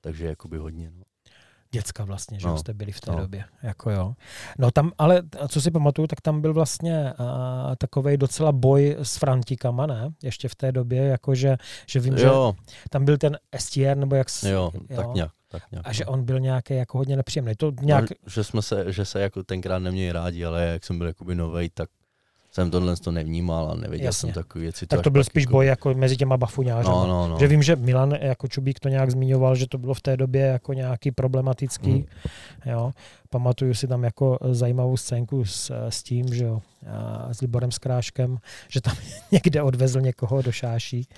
[SPEAKER 3] takže jakoby hodně. No.
[SPEAKER 2] Děcka vlastně, že
[SPEAKER 3] No,
[SPEAKER 2] no. jste byli v té
[SPEAKER 3] no.
[SPEAKER 2] no. době. Jako jo. No tam, ale t- co si pamatuju, tak tam byl vlastně a, takovej docela boj s Frantikama, ne? Ještě v té době, jakože, že vím, že
[SPEAKER 3] Jo,
[SPEAKER 2] tam byl ten STR, nebo jak... s-
[SPEAKER 3] jo, tak nějak. Tak nějak
[SPEAKER 2] A že
[SPEAKER 3] no.
[SPEAKER 2] on byl nějaký jako hodně nepříjemný. To nějak,
[SPEAKER 3] No, že jsme se, že se jako tenkrát neměli rádi, ale jak jsem byl jakoby novej, tak jsem tohle to nevnímal a nevěděl
[SPEAKER 2] Jasně.
[SPEAKER 3] jsem takové věci.
[SPEAKER 2] tak
[SPEAKER 3] až
[SPEAKER 2] to byl
[SPEAKER 3] pak
[SPEAKER 2] spíš
[SPEAKER 3] jako-
[SPEAKER 2] boj jako mezi těma bafuňářama.
[SPEAKER 3] No, no, no.
[SPEAKER 2] Že vím, že Milan jako Čubík to nějak zmiňoval, že to bylo v té době jako nějaký problematický.
[SPEAKER 3] Mm.
[SPEAKER 2] Mm. Jo. Pamatuju si tam jako zajímavou scénku s, eh, s tím, že jo, a s Liborem Skráškem, že tam někde odvezl někoho do šáší.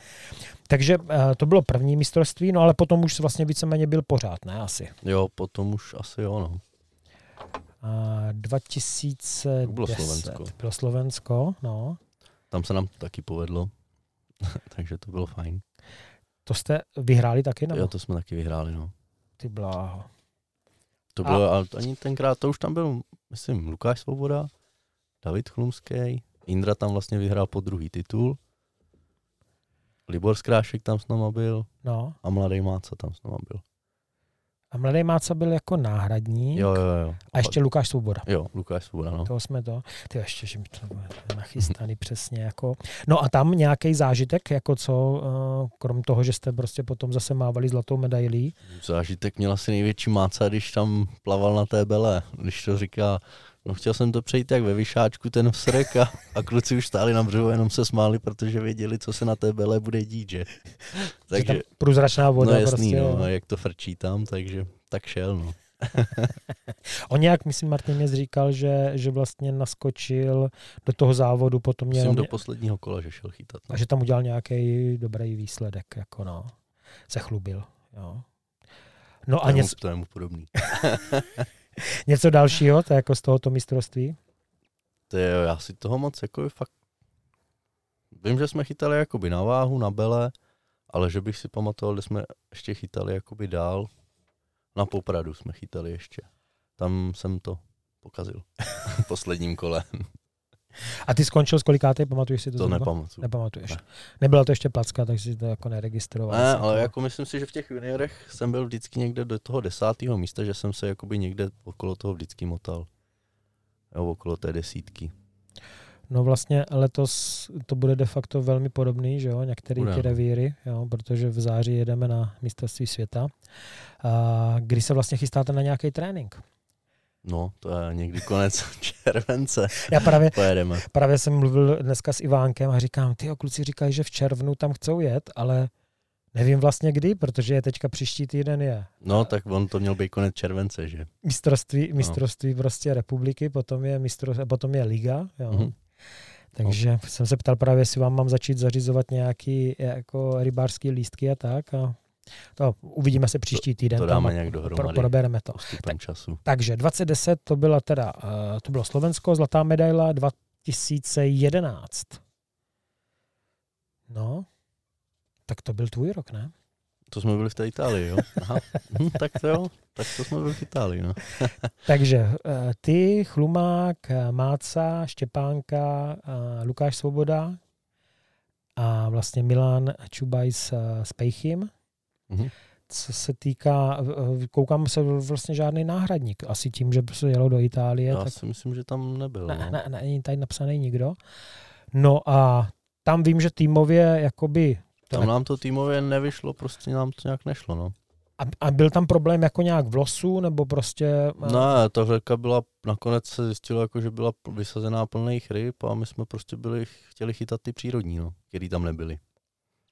[SPEAKER 2] Takže eh, to bylo první mistrovství, no ale potom už vlastně víceméně byl pořád, ne asi.
[SPEAKER 3] Jo, potom už asi jo, no.
[SPEAKER 2] A 2010
[SPEAKER 3] To bylo Slovensko.
[SPEAKER 2] Bylo Slovensko, no.
[SPEAKER 3] Tam se nám to taky povedlo. Takže to bylo fajn.
[SPEAKER 2] To jste vyhráli taky, nebo?
[SPEAKER 3] Jo, to jsme taky vyhráli, no.
[SPEAKER 2] Ty bláho.
[SPEAKER 3] To
[SPEAKER 2] A-
[SPEAKER 3] bylo, ale to ani tenkrát, to už tam byl, myslím, Lukáš Svoboda, David Chlumský, Indra tam vlastně vyhrál po druhý titul, Libor Skrášek tam s náma byl
[SPEAKER 2] No.
[SPEAKER 3] a Mladý Máca tam s náma byl.
[SPEAKER 2] A mladý Máca byl jako náhradní.
[SPEAKER 3] Jo, jo, jo.
[SPEAKER 2] A ještě Lukáš Svoboda.
[SPEAKER 3] Jo, Lukáš Svoboda, no. Mhm.
[SPEAKER 2] Toho jsme to. Ty jo, ještě, že mi to bude nachystaný přesně. Jako. No a tam nějaký zážitek, jako co, eh, krom toho, že jste prostě potom zase mávali zlatou medailí.
[SPEAKER 3] Zážitek měl asi největší máca, když tam plaval na té bele. Když to říká, no chtěl jsem to přejít jak ve vyšáčku ten vsrek a, a kluci už stáli na břehu, jenom se smáli, protože věděli, co se na té bele bude dít, že?
[SPEAKER 2] Že tam
[SPEAKER 3] Takže,
[SPEAKER 2] průzračná voda.
[SPEAKER 3] no jasný,
[SPEAKER 2] prostě,
[SPEAKER 3] no,
[SPEAKER 2] jo.
[SPEAKER 3] no, jak to frčí tam, takže tak šel, no.
[SPEAKER 2] On nějak, myslím, Martin mě říkal, že, že vlastně naskočil do toho závodu potom
[SPEAKER 3] Myslím
[SPEAKER 2] jenom,
[SPEAKER 3] do posledního kola, že šel chytat. No.
[SPEAKER 2] a že tam udělal nějaký dobrý výsledek, jako no. Se chlubil, jo. No
[SPEAKER 3] To
[SPEAKER 2] a
[SPEAKER 3] je mu-
[SPEAKER 2] něco,
[SPEAKER 3] To je mu podobný.
[SPEAKER 2] něco dalšího, to je jako z tohoto mistrovství?
[SPEAKER 3] To je, já si toho moc jako fakt... Vím, že jsme chytali jakoby na váhu, na bele, ale že bych si pamatoval, že jsme ještě chytali jakoby dál. Na Popradu jsme chytali ještě. Tam jsem to pokazil. V posledním kole.
[SPEAKER 2] A ty skončil s kolikáty, pamatuješ si to?
[SPEAKER 3] To
[SPEAKER 2] zhruba?
[SPEAKER 3] nepamatuju.
[SPEAKER 2] Nepamatuješ.
[SPEAKER 3] Ne.
[SPEAKER 2] Nebyla to ještě placka, takže si to jako neregistroval.
[SPEAKER 3] Ne,
[SPEAKER 2] jsi
[SPEAKER 3] ale jako myslím si, že v těch juniorech jsem byl vždycky někde do toho desátého místa, že jsem se jakoby někde okolo toho vždycky motal. Jo, okolo té desítky.
[SPEAKER 2] No vlastně letos to bude de facto velmi podobný, že jo, některé
[SPEAKER 3] Bude,
[SPEAKER 2] ty
[SPEAKER 3] no.
[SPEAKER 2] revíry, jo, protože v září jedeme na mistrovství světa. A kdy se vlastně chystáte na nějaký trénink?
[SPEAKER 3] No, to je někdy konec července.
[SPEAKER 2] Já právě,
[SPEAKER 3] Pojedeme.
[SPEAKER 2] právě jsem mluvil dneska s Ivánkem a říkám, ty kluci říkají, že v červnu tam chcou jet, ale nevím vlastně kdy, protože je teďka příští týden je
[SPEAKER 3] No, tak on to měl být konec července, že? No.
[SPEAKER 2] mistrovství, mistrovství prostě republiky, potom je, mistro, potom je liga, jo.
[SPEAKER 3] Mhm.
[SPEAKER 2] Takže jsem se ptal právě, jestli vám mám začít zařizovat nějaký jako rybářský lístky a tak. A to uvidíme se příští týden.
[SPEAKER 3] To
[SPEAKER 2] tam
[SPEAKER 3] dáme
[SPEAKER 2] a
[SPEAKER 3] nějak
[SPEAKER 2] pro,
[SPEAKER 3] dohromady
[SPEAKER 2] probereme to.
[SPEAKER 3] postupem času.
[SPEAKER 2] Takže 2010 to byla teda, eh, to bylo Slovensko, zlatá medaila 2011. No, tak to byl tvůj rok, ne?
[SPEAKER 3] To jsme byli v té Itálii, jo? Aha. Hm, tak to jo, tak to jsme byli v Itálii, no.
[SPEAKER 2] Takže eh, ty, Chlumák, eh, Máca, Štěpánka, eh, Lukáš Svoboda a vlastně Milan Čubaj s, eh, s Pejchym.
[SPEAKER 3] Mhm.
[SPEAKER 2] Co se týká, eh, koukám se vlastně žádný náhradník. Asi tím, že se jelo do Itálie,
[SPEAKER 3] Já
[SPEAKER 2] tak
[SPEAKER 3] si myslím, že tam nebyl,
[SPEAKER 2] ne,
[SPEAKER 3] no.
[SPEAKER 2] ne, ne, není tady napsaný nikdo. No a tam vím, že týmově jakoby
[SPEAKER 3] Tam nám to týmově nevyšlo, prostě nám to nějak nešlo, no.
[SPEAKER 2] a, a byl tam problém jako nějak v losu, nebo prostě... eh,
[SPEAKER 3] Ne, ta hledka byla, nakonec se zjistilo, jako, že byla pl- vysazená plných ryb a my jsme prostě byli, chtěli chytat ty přírodní, no, který tam nebyly.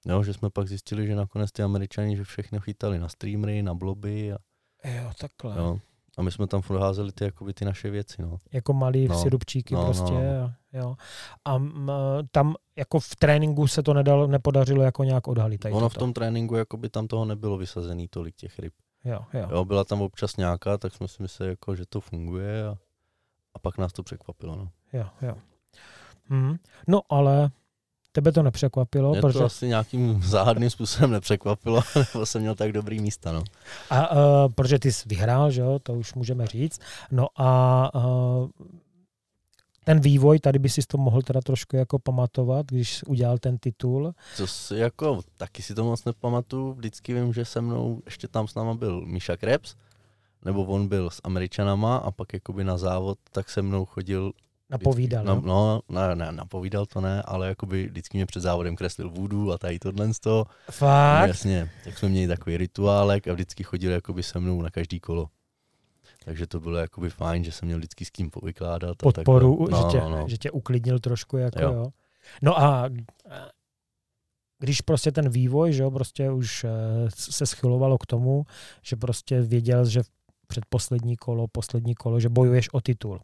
[SPEAKER 3] Jo, že jsme pak zjistili, že nakonec ty američani, že všechno chytali na streamery, na bloby a,
[SPEAKER 2] eh, Jo, takhle.
[SPEAKER 3] jo. a my jsme tam furt házeli ty, jakoby ty naše věci, no.
[SPEAKER 2] jako malý no,
[SPEAKER 3] No,
[SPEAKER 2] sirupčíky
[SPEAKER 3] no,
[SPEAKER 2] prostě.
[SPEAKER 3] no.
[SPEAKER 2] A, jo. a m, tam jako v tréninku se to nedalo, nepodařilo jako nějak odhalit. Tady
[SPEAKER 3] Ono v
[SPEAKER 2] toto.
[SPEAKER 3] tom tréninku jakoby tam toho nebylo vysazený tolik těch ryb.
[SPEAKER 2] Jo, jo.
[SPEAKER 3] Jo, byla tam občas nějaká, tak jsme si mysleli, jako, že to funguje a, a pak nás to překvapilo. No.
[SPEAKER 2] jo, jo. Hmm. No ale tebe to nepřekvapilo,
[SPEAKER 3] Mě
[SPEAKER 2] No, protože...
[SPEAKER 3] to asi nějakým záhadným způsobem nepřekvapilo, nebo jsem měl tak dobrý místa. No.
[SPEAKER 2] A, uh, protože ty jsi vyhrál, že jo, to už můžeme říct. No a uh, ten vývoj, tady by si to mohl teda trošku jako pamatovat, když jsi udělal ten titul.
[SPEAKER 3] Co si, jako, taky si to moc nepamatuju, vždycky vím, že se mnou, ještě tam s náma byl Míša Krebs, nebo on byl s Američanama a pak jakoby na závod, tak se mnou chodil
[SPEAKER 2] Napovídal.
[SPEAKER 3] No,
[SPEAKER 2] No,
[SPEAKER 3] no ne, ne, napovídal to ne, ale jakoby vždycky mě před závodem kreslil vůdu a tady tohle z toho. No,
[SPEAKER 2] Fakt?
[SPEAKER 3] jasně, tak jsme měli takový rituálek a vždycky chodil jakoby se mnou na každý kolo. Takže to bylo jakoby fajn, že jsem měl vždycky s kým povykládat. a
[SPEAKER 2] podporu,
[SPEAKER 3] takhle.
[SPEAKER 2] že,
[SPEAKER 3] No,
[SPEAKER 2] tě, že tě uklidnil trošku. Jako, jo.
[SPEAKER 3] Jo.
[SPEAKER 2] Jo. No a a když prostě ten vývoj, že jo, prostě už eh, se schylovalo k tomu, že prostě věděl, že předposlední kolo, poslední kolo, že bojuješ o titul.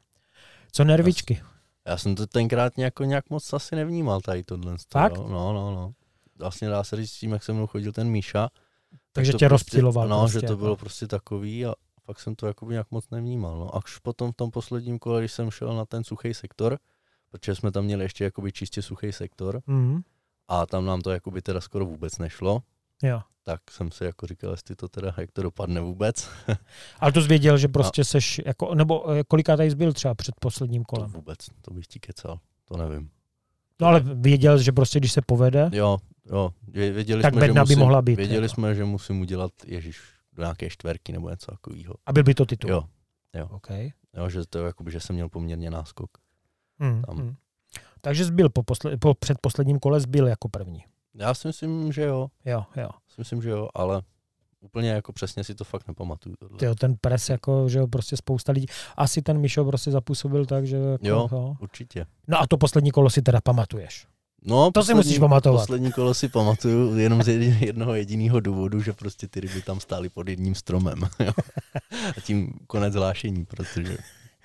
[SPEAKER 2] Co nervičky?
[SPEAKER 3] Já jsem to tenkrát nějak, nějak moc asi nevnímal tady tohle. z toho,
[SPEAKER 2] Fakt?
[SPEAKER 3] Jo? No, no, no. Vlastně dá se říct s tím, jak se mnou chodil ten Míša. tak
[SPEAKER 2] Takže
[SPEAKER 3] to
[SPEAKER 2] tě
[SPEAKER 3] prostě-
[SPEAKER 2] rozptiloval
[SPEAKER 3] No,
[SPEAKER 2] prostě
[SPEAKER 3] že to
[SPEAKER 2] jako.
[SPEAKER 3] bylo prostě takový a fakt jsem to jakoby nějak moc nevnímal. No. Až potom v tom posledním kole, když jsem šel na ten suchý sektor, protože jsme tam měli ještě jakoby čistě suchý sektor
[SPEAKER 2] Mm,
[SPEAKER 3] a tam nám to jakoby teda skoro vůbec nešlo,
[SPEAKER 2] jo.
[SPEAKER 3] tak jsem si jako říkal, jestli to teda, jak to dopadne vůbec.
[SPEAKER 2] Ale to jsi věděl, že prostě seš, jako, nebo eh, koliká tady jsi byl třeba před posledním
[SPEAKER 3] To
[SPEAKER 2] kolem.
[SPEAKER 3] vůbec, to bych ti kecal, to nevím.
[SPEAKER 2] No ale věděl, že prostě když se povede,
[SPEAKER 3] Jo, jo, vě- věděli
[SPEAKER 2] Tak
[SPEAKER 3] jsme, že
[SPEAKER 2] bedna by
[SPEAKER 3] musím,
[SPEAKER 2] mohla být,
[SPEAKER 3] Věděli
[SPEAKER 2] jako.
[SPEAKER 3] jsme, že musím udělat, ježiš, do nějaké čtverky nebo něco takového.
[SPEAKER 2] A byl by to titul.
[SPEAKER 3] Jo,
[SPEAKER 2] OK.
[SPEAKER 3] jo, že to je jakoby, že jsem měl poměrně náskok.
[SPEAKER 2] Mm,
[SPEAKER 3] Tam.
[SPEAKER 2] mm. Takže zbyl po, posle- po předposledním kole zbyl jako první.
[SPEAKER 3] Já si myslím, že jo,
[SPEAKER 2] Jo, jo.
[SPEAKER 3] si myslím, že jo, ale úplně jako přesně si to fakt nepamatuju. Tohle.
[SPEAKER 2] Tyjo, ten pres, jako, že jo, prostě spousta lidí. Asi ten Mišo prostě zapůsobil tak, že... Jako,
[SPEAKER 3] Jo. Určitě.
[SPEAKER 2] No a to poslední kolo si teda pamatuješ.
[SPEAKER 3] No,
[SPEAKER 2] To si musíš pamatovat.
[SPEAKER 3] Poslední kolo si pamatuju jenom z jedi- jednoho jediného důvodu, že prostě ty ryby tam stály pod jedním stromem. jo. a tím konec hlášení, protože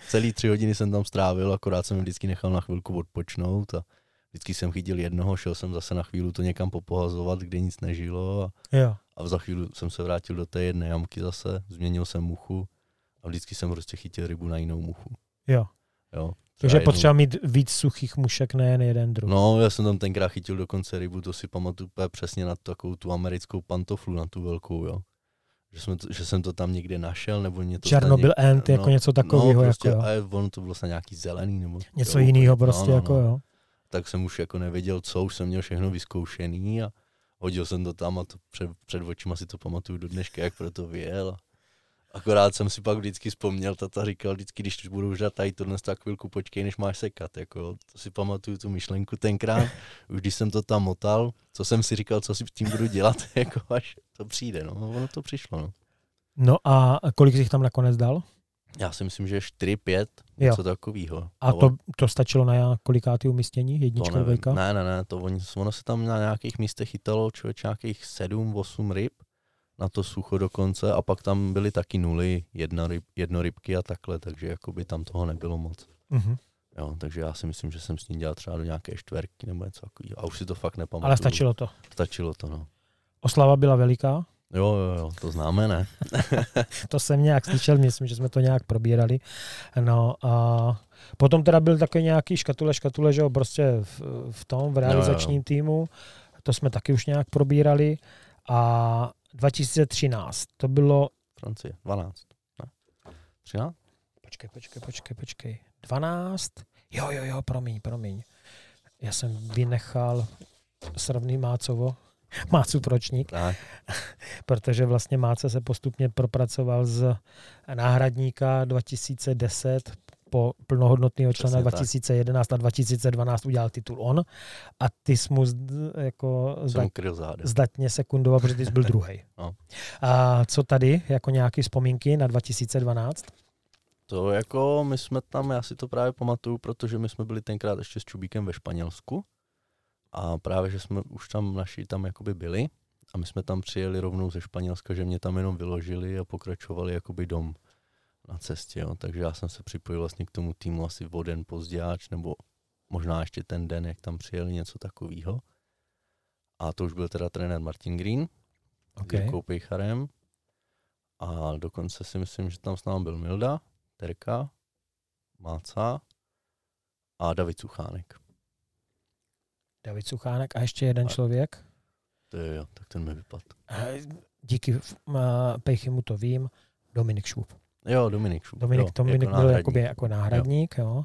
[SPEAKER 3] celý tři hodiny jsem tam strávil, akorát jsem vždycky nechal na chvilku odpočnout a vždycky jsem chytil jednoho, šel jsem zase na chvíli to někam popohazovat, kde nic nežilo a
[SPEAKER 2] Jo.
[SPEAKER 3] A za chvíli jsem se vrátil do té jedné jamky zase, změnil jsem muchu a vždycky jsem prostě chytil rybu na jinou muchu.
[SPEAKER 2] Jo.
[SPEAKER 3] Jo.
[SPEAKER 2] Takže je
[SPEAKER 3] jednou-
[SPEAKER 2] potřeba mít víc suchých mušek, nejen jeden druh.
[SPEAKER 3] No, já jsem tam tenkrát chytil dokonce rybu, to si pamatuju úplně přesně na takovou tu americkou pantoflu, na tu velkou, jo. Že, jsme to, že jsem to tam někde našel, nebo něco.
[SPEAKER 2] Černobyl End, jako
[SPEAKER 3] no,
[SPEAKER 2] něco takového.
[SPEAKER 3] no, prostě,
[SPEAKER 2] jako, jo.
[SPEAKER 3] a ono to bylo snad nějaký zelený, nebo
[SPEAKER 2] Něco
[SPEAKER 3] jo,
[SPEAKER 2] jiného prostě,
[SPEAKER 3] no, no,
[SPEAKER 2] jako
[SPEAKER 3] no.
[SPEAKER 2] jo.
[SPEAKER 3] tak jsem už jako nevěděl, co, už jsem měl všechno vyzkoušený a hodil jsem to tam a to před, před očima si to pamatuju do dneška, jak proto vyjel. A akorát jsem si pak vždycky vzpomněl, tata říkal vždycky, když budu už dát tady tohle, tak chvilku počkej, než máš sekat. Jako, jo. to si pamatuju tu myšlenku tenkrát, už když jsem to tam motal, co jsem si říkal, co si s tím budu dělat, jako až to přijde, no, a ono to přišlo, no.
[SPEAKER 2] No a kolik jsi jich tam nakonec dal?
[SPEAKER 3] Já si myslím, že 4-5,
[SPEAKER 2] Jo.
[SPEAKER 3] něco takového.
[SPEAKER 2] A to, to stačilo na kolikátý umístění?
[SPEAKER 3] No, To
[SPEAKER 2] Jednička,
[SPEAKER 3] nevím.
[SPEAKER 2] dvojka?
[SPEAKER 3] Ne, ne, ne, to on, ono se tam na nějakých místech chytalo člověk nějakých 7, 8 ryb, na to sucho dokonce, a pak tam byly taky nuly, jedna ryb, jednorybky a takhle, takže jakoby tam toho nebylo moc.
[SPEAKER 2] Mhm.
[SPEAKER 3] Jo, takže já si myslím, že jsem s ním dělal třeba do nějaké čtverky nebo něco takového. A už si to fakt nepamatuju.
[SPEAKER 2] Ale stačilo to.
[SPEAKER 3] Stačilo to, no.
[SPEAKER 2] Oslava byla veliká,
[SPEAKER 3] Jo, jo, jo, to známe, ne?
[SPEAKER 2] to jsem nějak slyšel, myslím, že jsme to nějak probírali. No a potom teda byl takový nějaký škatule, škatule, že jo, prostě v, v tom, v realizačním týmu, to jsme taky už nějak probírali. A 2013, to bylo,
[SPEAKER 3] Francie, 12. Ne? 13?
[SPEAKER 2] počkej, počkej, počkej, počkej, 12, jo, jo, jo, promiň, promiň. Já jsem vynechal srovný Mácovo, Mácu Pročník,
[SPEAKER 3] Tak,
[SPEAKER 2] protože vlastně Máce se postupně propracoval z náhradníka 2010 po plnohodnotného
[SPEAKER 3] Přesně
[SPEAKER 2] člena
[SPEAKER 3] tak.
[SPEAKER 2] 2011 a 2012 udělal titul on a ty jsi mu zd- jako
[SPEAKER 3] jsem mu
[SPEAKER 2] zdat,
[SPEAKER 3] kryl záda.
[SPEAKER 2] zdatně sekundoval, protože ty jsi byl druhý.
[SPEAKER 3] No.
[SPEAKER 2] A co tady, jako nějaké vzpomínky na 2012?
[SPEAKER 3] To jako, my jsme tam, já si to právě pamatuju, protože my jsme byli tenkrát ještě s Čubíkem ve Španělsku a právě, že jsme už tam naši tam jakoby byli a my jsme tam přijeli rovnou ze Španělska, že mě tam jenom vyložili a pokračovali jakoby dom na cestě, jo. takže já jsem se připojil vlastně k tomu týmu asi o den pozdějáč, nebo možná ještě ten den, jak tam přijeli něco takového. A to už byl teda trenér Martin Green,
[SPEAKER 2] Ok.
[SPEAKER 3] okay. s Jirkou Pejcharem. A dokonce si myslím, že tam s námi byl Milda, Terka, Máca a David Suchánek.
[SPEAKER 2] David Suchánek a ještě jeden
[SPEAKER 3] A-
[SPEAKER 2] člověk.
[SPEAKER 3] To je, jo, tak ten mi vypadl.
[SPEAKER 2] Eh, Díky eh, Pejchy mu to vím. Dominik Šup.
[SPEAKER 3] Jo, Dominik Šup.
[SPEAKER 2] Dominik,
[SPEAKER 3] jo,
[SPEAKER 2] Dominik
[SPEAKER 3] jako
[SPEAKER 2] byl
[SPEAKER 3] náhradník.
[SPEAKER 2] jakoby jako náhradník. Jo.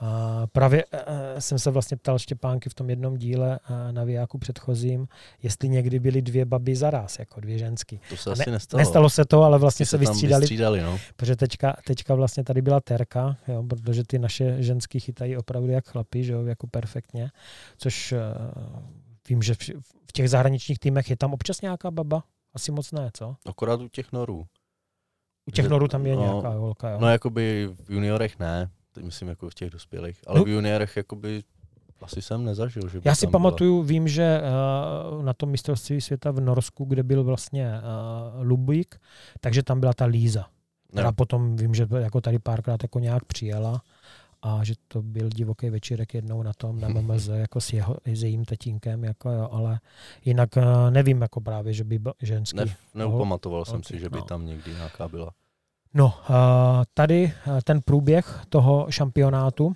[SPEAKER 2] A právě eh, jsem se vlastně ptal Štěpánky v tom jednom díle eh, na Vijáku předchozím, jestli někdy byly dvě baby zaraz, jako dvě ženský.
[SPEAKER 3] To se
[SPEAKER 2] A
[SPEAKER 3] asi nestalo.
[SPEAKER 2] Nestalo se to, ale vlastně
[SPEAKER 3] Ti
[SPEAKER 2] se
[SPEAKER 3] tam
[SPEAKER 2] vystřídali,
[SPEAKER 3] vystřídali no.
[SPEAKER 2] protože teďka, teďka vlastně tady byla Terka, jo, protože ty naše ženský chytají opravdu jak chlapi, že jo, jako perfektně, což eh, vím, že v- v těch zahraničních týmech je tam občas nějaká baba, asi moc ne, co?
[SPEAKER 3] Akorát u těch norů.
[SPEAKER 2] U těch
[SPEAKER 3] Že-
[SPEAKER 2] norů tam je
[SPEAKER 3] no,
[SPEAKER 2] nějaká holka, jo.
[SPEAKER 3] No, jakoby v juniorech ne, teď myslím jako v těch dospělých, ale
[SPEAKER 2] No.
[SPEAKER 3] v juniorech jakoby asi jsem nezažil, že by
[SPEAKER 2] Já si
[SPEAKER 3] tam byla.
[SPEAKER 2] pamatuju, vím, že eh, na tom mistrovství světa v Norsku, kde byl vlastně eh, Lubík, takže tam byla ta Líza. Která
[SPEAKER 3] Ne,
[SPEAKER 2] potom vím, že jako tady párkrát jako nějak přijela a že to byl divoký večírek jednou na tom na MMZ jako s, jeho, s jejím tatínkem, jako jo, ale jinak eh, nevím jako právě, že by byl ženský.
[SPEAKER 3] ne, neupamatoval jsem
[SPEAKER 2] holky,
[SPEAKER 3] si, že by
[SPEAKER 2] no.
[SPEAKER 3] tam někdy nějaká byla.
[SPEAKER 2] No, eh, tady eh, ten průběh toho šampionátu,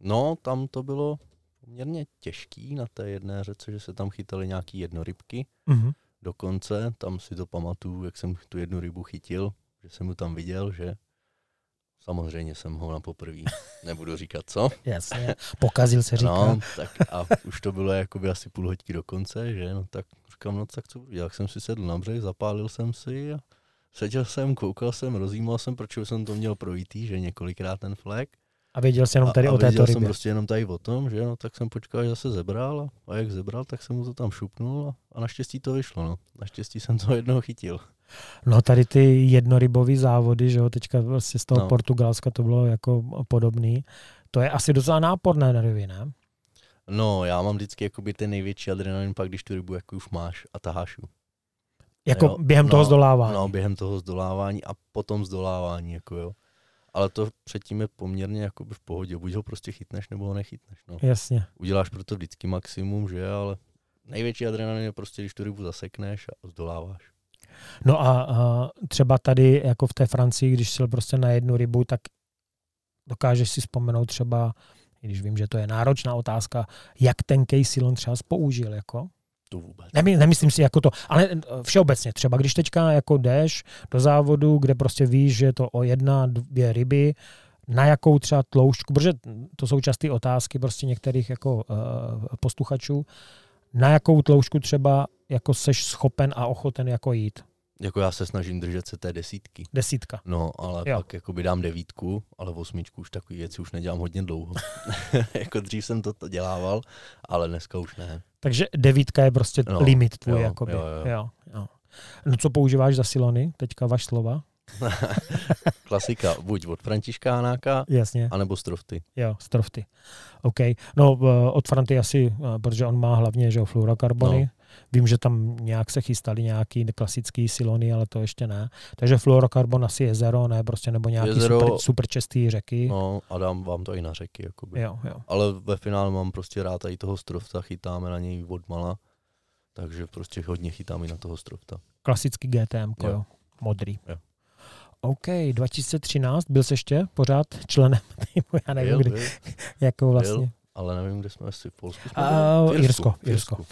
[SPEAKER 3] No, tam to bylo poměrně těžký na té jedné řece, že se tam chytaly nějaký jednorybky.
[SPEAKER 2] mhm,
[SPEAKER 3] Dokonce tam si to pamatuju, jak jsem tu jednu rybu chytil, že jsem mu tam viděl, že Samozřejmě jsem ho na poprví. Nebudu říkat, co?
[SPEAKER 2] Jasně, pokazil se říká.
[SPEAKER 3] No, tak a už to bylo jakoby asi půl hoďky do konce, že? No tak říkám, no tak co budu dělat? Tak jsem si sedl na břeh, zapálil jsem si a seděl jsem, koukal jsem, rozjímal jsem, proč jsem to měl projítý, že několikrát ten flag.
[SPEAKER 2] A věděl jsi jenom tady
[SPEAKER 3] a,
[SPEAKER 2] o
[SPEAKER 3] a
[SPEAKER 2] této
[SPEAKER 3] věděl jsem
[SPEAKER 2] rybě.
[SPEAKER 3] prostě jenom tady o tom, že no, tak jsem počkal, že zase zebral a, a jak zebral, tak jsem mu to tam šupnul a, a naštěstí to vyšlo, no. Naštěstí jsem to jednoho chytil.
[SPEAKER 2] No tady ty jednorybové závody, že jo, teďka vlastně z toho no.
[SPEAKER 3] No.
[SPEAKER 2] Portugalska to bylo jako podobný. To je asi docela náporné na ryby, ne?
[SPEAKER 3] No, já mám vždycky jakoby ten největší adrenalin pak, když tu rybu jako už máš a taháš ju.
[SPEAKER 2] Jako
[SPEAKER 3] Jo,
[SPEAKER 2] během
[SPEAKER 3] no,
[SPEAKER 2] toho zdolávání.
[SPEAKER 3] No, během toho zdolávání a potom zdolávání, jako jo. Ale to předtím je poměrně jakoby v pohodě. Buď ho prostě chytneš, nebo ho nechytneš, no.
[SPEAKER 2] Jasně.
[SPEAKER 3] Uděláš proto vždycky maximum, že, ale největší adrenalin je prostě, když tu rybu zasekneš a zdoláváš.
[SPEAKER 2] No a, a třeba tady jako v té Francii, když šel prostě na jednu rybu, tak dokážeš si vzpomenout třeba, i když vím, že to je náročná otázka, jak tenkej silon třeba použil, jako?
[SPEAKER 3] To vůbec.
[SPEAKER 2] Nemy, nemyslím si jako to, ale eh, všeobecně třeba, když teďka jako jdeš do závodu, kde prostě víš, že je to o jedna, dvě ryby, na jakou třeba tloušťku, protože to jsou časté otázky prostě některých jako uh, posluchačů, na jakou tloušku třeba jako seš schopen a ochoten jako jít.
[SPEAKER 3] Jako já se snažím držet se té desítky.
[SPEAKER 2] Desítka.
[SPEAKER 3] No, ale
[SPEAKER 2] Jo.
[SPEAKER 3] jo. pak jakoby dám devítku, ale osmičku už takový věci už nedělám hodně dlouho. jako dřív jsem to dělával, ale dneska už ne.
[SPEAKER 2] Takže devítka je prostě no,
[SPEAKER 3] No,
[SPEAKER 2] limit tvůj.
[SPEAKER 3] jo,
[SPEAKER 2] jakoby.
[SPEAKER 3] jo, jo.
[SPEAKER 2] Jo, jo. No co používáš za silony? Teďka vaš slova.
[SPEAKER 3] Klasika, buď od Františka Hanáka,
[SPEAKER 2] Jasně.
[SPEAKER 3] anebo z Trofty.
[SPEAKER 2] Jo, z Trofty. OK. No, eh, od Franty asi, eh, protože on má hlavně, že jo, fluorokarbony. No.
[SPEAKER 3] No.
[SPEAKER 2] Vím, že tam nějak se chystaly nějaký klasický silony, ale to ještě ne. Takže fluorokarbon asi jezero, ne, prostě, nebo nějaký jezero,
[SPEAKER 3] Jezero-
[SPEAKER 2] super, super čistý řeky. No.
[SPEAKER 3] No a dám vám to i na řeky. Jakoby.
[SPEAKER 2] Jo, jo.
[SPEAKER 3] Ale ve finále mám prostě rád tady toho Strofta, chytáme na něj od mala, takže prostě hodně chytám i na toho Strofta.
[SPEAKER 2] Klasický GTM,
[SPEAKER 3] Jo.
[SPEAKER 2] jo. Modrý.
[SPEAKER 3] Jo.
[SPEAKER 2] OK, 2013, byl jsi ještě pořád členem týmu, já nevím,
[SPEAKER 3] Byl,
[SPEAKER 2] kdy,
[SPEAKER 3] byl,
[SPEAKER 2] jako vlastně.
[SPEAKER 3] ale nevím, kde jsme asi v Polsku. Jsme
[SPEAKER 2] A,
[SPEAKER 3] byli? V
[SPEAKER 2] Irsko,
[SPEAKER 3] v Irsku.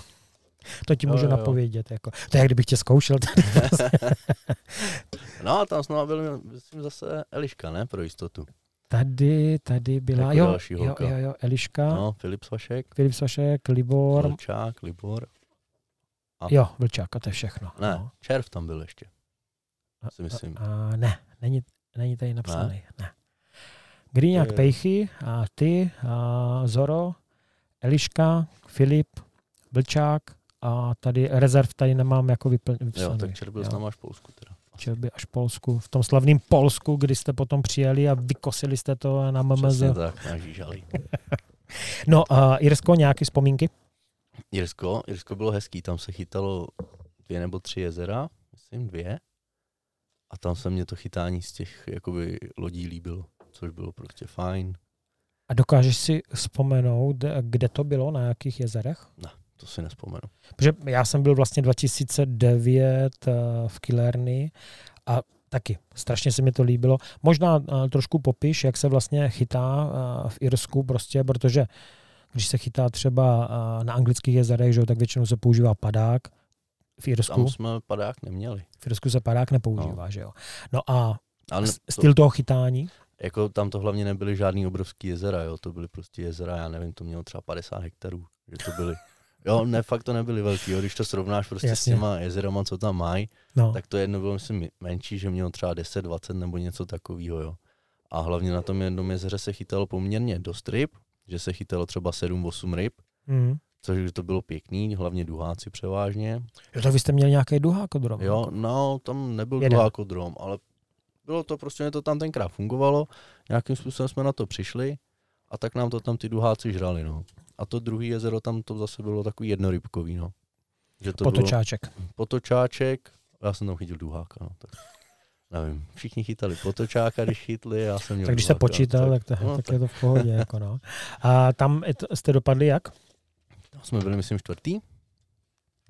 [SPEAKER 2] To ti
[SPEAKER 3] Jo,
[SPEAKER 2] můžu
[SPEAKER 3] jo, jo.
[SPEAKER 2] napovědět. Jako. To je, jak kdybych tě zkoušel. Tady.
[SPEAKER 3] No a tam znovu byl, myslím, zase Eliška, ne, pro jistotu.
[SPEAKER 2] Tady, tady byla,
[SPEAKER 3] Jako
[SPEAKER 2] jo,
[SPEAKER 3] další
[SPEAKER 2] jo,
[SPEAKER 3] holka.
[SPEAKER 2] jo, jo, Eliška.
[SPEAKER 3] No, Filip Svašek,
[SPEAKER 2] Filip Sašek, Libor,
[SPEAKER 3] Vlčák, Libor. A-
[SPEAKER 2] jo, Vlčák a to je všechno.
[SPEAKER 3] Ne,
[SPEAKER 2] No.
[SPEAKER 3] Červ tam byl ještě,
[SPEAKER 2] A-
[SPEAKER 3] si myslím.
[SPEAKER 2] A ne, není, není tady napsaný. Ne. ne. Grýňák
[SPEAKER 3] To je-
[SPEAKER 2] Pejchy a ty, a Zoro, Eliška, Filip, Vlčák a tady rezerv tady nemám jako vyplň,
[SPEAKER 3] Jo,
[SPEAKER 2] vypsaný.
[SPEAKER 3] tak Červ byl s náma až v Polsku teda.
[SPEAKER 2] Čel by až Polsku, v tom slavném Polsku, kdy jste potom přijeli a vykosili jste to na MMZ.
[SPEAKER 3] Přesně tak, na Žížalí.
[SPEAKER 2] No, a Irsko, nějaké vzpomínky?
[SPEAKER 3] Jirsko, Jirsko bylo hezký, tam se chytalo dvě nebo tři jezera, myslím dvě. A tam se mě to chytání z těch jakoby, lodí líbilo, což bylo prostě fajn.
[SPEAKER 2] A dokážeš si vzpomenout, kde to bylo, na jakých jezerech?
[SPEAKER 3] To si nespomenu.
[SPEAKER 2] Protože já jsem byl vlastně 2009 eh, v Killerny a taky strašně se mi to líbilo. Možná eh, trošku popiš, jak se vlastně chytá eh, v Irsku prostě, protože když se chytá třeba eh, na anglických jezerech, že, jo, tak většinou se používá padák. V Irsku,
[SPEAKER 3] Tam jsme padák neměli.
[SPEAKER 2] v Irsku se padák nepoužívá, no. že jo. No a
[SPEAKER 3] A ne,
[SPEAKER 2] s-
[SPEAKER 3] Mm, to,
[SPEAKER 2] styl toho chytání?
[SPEAKER 3] jako tam to hlavně nebyly žádný obrovský jezera, jo. To byly prostě jezera, já nevím, to mělo třeba 50 hektarů, že to byly. Jo, ne, fakt to nebyly velký, jo. Když to srovnáš prostě
[SPEAKER 2] Jasně.
[SPEAKER 3] s těma jezerama, co tam mají,
[SPEAKER 2] No.
[SPEAKER 3] tak to jedno bylo myslím menší, že mělo třeba 10, 20 nebo něco takového, jo. A hlavně na tom jednom jezeře se chytalo poměrně dost ryb, že se chytalo třeba 7-8 ryb,
[SPEAKER 2] Mm.
[SPEAKER 3] což to bylo pěkný, hlavně duháci převážně.
[SPEAKER 2] Jo, tak vy jste měli nějaký duhák od Roma.
[SPEAKER 3] Jo, no, tam nebyl
[SPEAKER 2] jako Jeden.
[SPEAKER 3] duhákodrom, ale bylo to prostě, to tam tenkrát fungovalo, nějakým způsobem jsme na to přišli a tak nám to tam ty duháci žrali, no. A to druhý jezero tam to zase bylo takový jednorybkový, no. Že to bylo
[SPEAKER 2] Potočáček.
[SPEAKER 3] potočáček, já jsem tam chytil duháka, no, tak nevím, všichni chytali potočáka, když chytli, já jsem měl
[SPEAKER 2] Tak když se
[SPEAKER 3] duháka,
[SPEAKER 2] počítal, tak, tak,
[SPEAKER 3] no,
[SPEAKER 2] tak,
[SPEAKER 3] tak
[SPEAKER 2] je to v pohodě. Jako no. A tam je to- jste dopadli jak?
[SPEAKER 3] tam jsme byli, myslím, čtvrtý,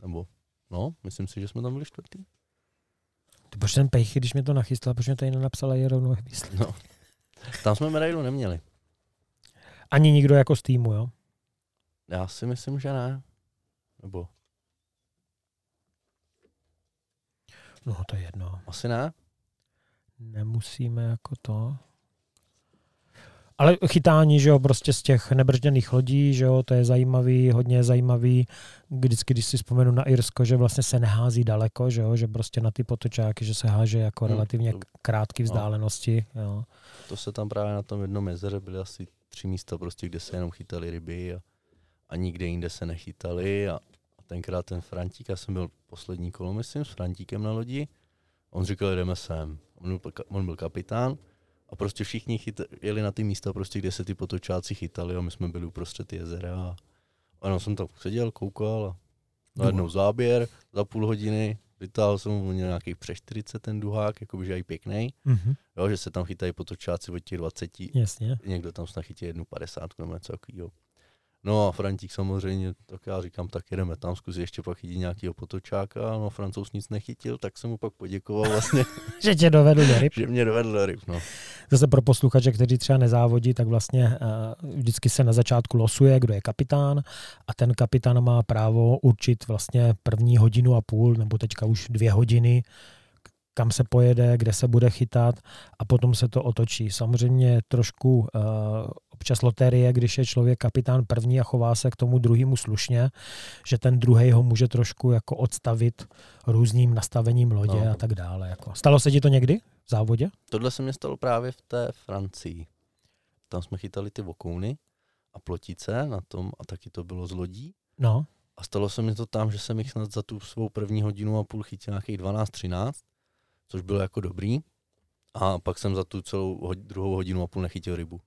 [SPEAKER 3] nebo No, myslím si, že jsme tam byli čtvrtý.
[SPEAKER 2] Ty proč ten pejchy, když mě to nachystal, proč mě tady nenapsala je rovnou výsledek.
[SPEAKER 3] No. Tam jsme medailu neměli.
[SPEAKER 2] Ani nikdo jako z týmu, jo?
[SPEAKER 3] Já si myslím, že ne. Nebo
[SPEAKER 2] No to je jedno.
[SPEAKER 3] asi ne.
[SPEAKER 2] Nemusíme jako to. Ale chytání, že jo, prostě z těch nebržděných lodí, že jo, to je zajímavý, hodně zajímavý. Vždycky, když si vzpomenu na Irsko, že vlastně se nehází daleko, že jo, že prostě na ty potočáky, že se háže jako
[SPEAKER 3] Hmm,
[SPEAKER 2] relativně
[SPEAKER 3] to-
[SPEAKER 2] krátké vzdálenosti, jo.
[SPEAKER 3] To se tam právě na tom jednom jezeře byly asi tři místa, prostě, kde se jenom chytali ryby a, a nikde jinde se nechytali. A, a tenkrát ten Frantík, já jsem byl poslední kolo, myslím, s Frantíkem na lodi. On říkal, jdeme sem. On byl, ka- on byl kapitán a prostě všichni chyt, jeli na ty místa, prostě, kde se ty potočáci chytali a my jsme byli uprostřed jezera. A, a jenom jsem tam seděl, koukal a najednou záběr za půl hodiny. Vytáhl jsem mu nějakých přes 40 ten duhák, jakoby že i pěkný.
[SPEAKER 2] Mhm,
[SPEAKER 3] Jo, že se tam chytají potočáci od těch 20,
[SPEAKER 2] jasně.
[SPEAKER 3] někdo tam snad chytí jednu 50 nebo něco takového. No a Frantík samozřejmě, tak já říkám, tak jedeme tam, zkusí ještě pak chytit nějakého potočáka, no francouz nic nechytil, tak jsem mu pak poděkoval vlastně,
[SPEAKER 2] Že tě dovedl do ryb.
[SPEAKER 3] že mě dovedl do ryb, no.
[SPEAKER 2] Zase pro posluchače, kteří třeba nezávodí, tak vlastně eh, vždycky se na začátku losuje, kdo je kapitán a ten kapitán má právo určit vlastně první hodinu a půl, nebo teďka už dvě hodiny, k- kam se pojede, kde se bude chytat a potom se to otočí. Samozřejmě trošku eh, občas loterie, když je člověk kapitán první a chová se k tomu druhému slušně, že ten druhý ho může trošku jako odstavit různým nastavením lodě
[SPEAKER 3] No.
[SPEAKER 2] a tak dále. Jako. Stalo se ti to někdy v závodě?
[SPEAKER 3] Tohle se mě stalo právě v té Francii. Tam jsme chytali ty vokouny a plotice na tom a taky to bylo z lodí.
[SPEAKER 2] No.
[SPEAKER 3] A stalo se mi to tam, že jsem jich snad za tu svou první hodinu a půl chytil nějakých 12-13, což bylo jako dobrý. A pak jsem za tu celou hod- druhou hodinu a půl nechytil rybu.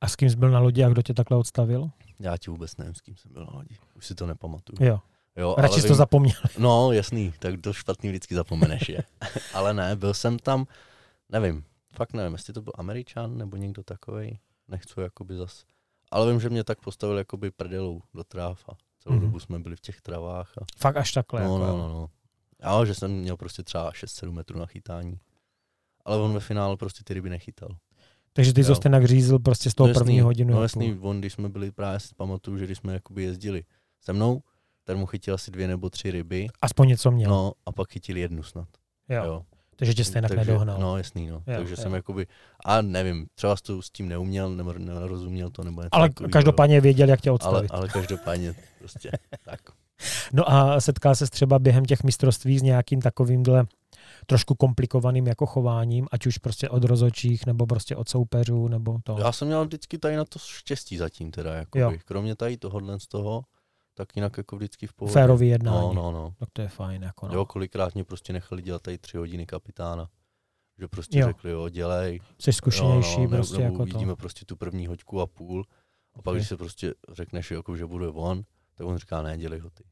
[SPEAKER 2] A s kým jsi byl na lodi a kdo tě takhle odstavil?
[SPEAKER 3] Já ti vůbec nevím, s kým jsem byl na lodi. Už si to nepamatuju.
[SPEAKER 2] Jo,
[SPEAKER 3] Jo, ale
[SPEAKER 2] radši jsi to
[SPEAKER 3] vím-
[SPEAKER 2] zapomněl.
[SPEAKER 3] No, jasný, tak to špatný vždycky zapomeneš, je. ale ne, byl jsem tam, nevím, fakt nevím, jestli to byl Američan nebo někdo takovej, nechci jakoby zas. Ale vím, že mě tak postavil jakoby prdelou do tráv a celou
[SPEAKER 2] Mhm.
[SPEAKER 3] mm-hmm. dobu jsme byli v těch travách. A
[SPEAKER 2] Fakt až takhle.
[SPEAKER 3] No,
[SPEAKER 2] jako.
[SPEAKER 3] no, no, no. Jo, že jsem měl prostě třeba 6-7 metrů na chytání. Ale on ve finále prostě ty ryby nechytal.
[SPEAKER 2] Takže ty jsi
[SPEAKER 3] Jo.
[SPEAKER 2] to tak řízl prostě z toho
[SPEAKER 3] No jasný,
[SPEAKER 2] první hodinu.
[SPEAKER 3] No
[SPEAKER 2] a
[SPEAKER 3] jasný,
[SPEAKER 2] půl.
[SPEAKER 3] on když jsme byli právě, si pamatuju, že když jsme jakoby jezdili se mnou, ten mu chytil asi dvě nebo tři ryby,
[SPEAKER 2] Aspoň něco měl.
[SPEAKER 3] no a pak chytil jednu snad.
[SPEAKER 2] jo.
[SPEAKER 3] Jo.
[SPEAKER 2] Jo. Takže tě stejně
[SPEAKER 3] Takže-
[SPEAKER 2] nedohnal.
[SPEAKER 3] No jasný, no.
[SPEAKER 2] Jo,
[SPEAKER 3] Takže
[SPEAKER 2] jo.
[SPEAKER 3] jsem jakoby, a nevím, třeba s to s tím neuměl, nebo nerozuměl to, nebo něco
[SPEAKER 2] Ale
[SPEAKER 3] takovýho, jo.
[SPEAKER 2] každopádně věděl, jak tě
[SPEAKER 3] ale,
[SPEAKER 2] odstavit.
[SPEAKER 3] ale každopádně prostě tak.
[SPEAKER 2] No a setkal se třeba během těch mistrovství s nějakým takovýmhle trošku komplikovaným jako chováním, ať už prostě od rozočích, nebo prostě od soupeřů, nebo to.
[SPEAKER 3] Já jsem měl vždycky tady na to štěstí zatím teda,
[SPEAKER 2] No. Jo.
[SPEAKER 3] jakoby. Kromě tady tohohle z toho, tak jinak jako vždycky v pohodě.
[SPEAKER 2] Férový jednání.
[SPEAKER 3] No, no, no.
[SPEAKER 2] Tak to je fajn. Jako no.
[SPEAKER 3] Jo, kolikrát mě prostě nechali dělat tady tři hodiny kapitána. Že prostě
[SPEAKER 2] Jo.
[SPEAKER 3] jo. řekli, jo, dělej.
[SPEAKER 2] Jsi zkušenější
[SPEAKER 3] jo, no,
[SPEAKER 2] prostě
[SPEAKER 3] nebo
[SPEAKER 2] jako to.
[SPEAKER 3] vidíme prostě tu první hoďku a půl. A pak,
[SPEAKER 2] Ok.
[SPEAKER 3] když se prostě řekneš, jako, že bude on, tak on říká, ne, dělej ho ty.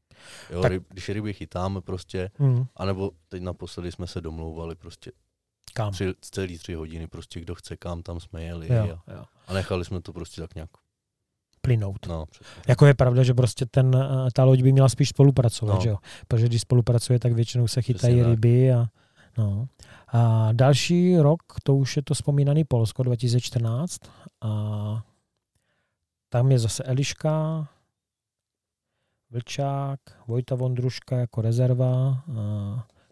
[SPEAKER 3] Jo,
[SPEAKER 2] Tak-
[SPEAKER 3] ryb, když ryby chytáme prostě,
[SPEAKER 2] Mm,
[SPEAKER 3] anebo teď naposledy jsme se domlouvali prostě
[SPEAKER 2] kam?
[SPEAKER 3] tři, celý tři hodiny, prostě kdo chce kam, tam jsme jeli.
[SPEAKER 2] Jo,
[SPEAKER 3] A,
[SPEAKER 2] jo.
[SPEAKER 3] a nechali jsme to prostě tak nějak,
[SPEAKER 2] Plynout.
[SPEAKER 3] no, přesně.
[SPEAKER 2] Jako je pravda, že prostě ten, eh, ta loď by měla spíš spolupracovat, no.
[SPEAKER 3] No.
[SPEAKER 2] že jo? Protože když spolupracuje, tak většinou se chytají
[SPEAKER 3] Přesně tak.
[SPEAKER 2] ryby a no. A další rok, to už je to vzpomínaný Polsko 2014 a tam je zase Eliška, Vlčák, Vojta Vondruška jako rezerva, a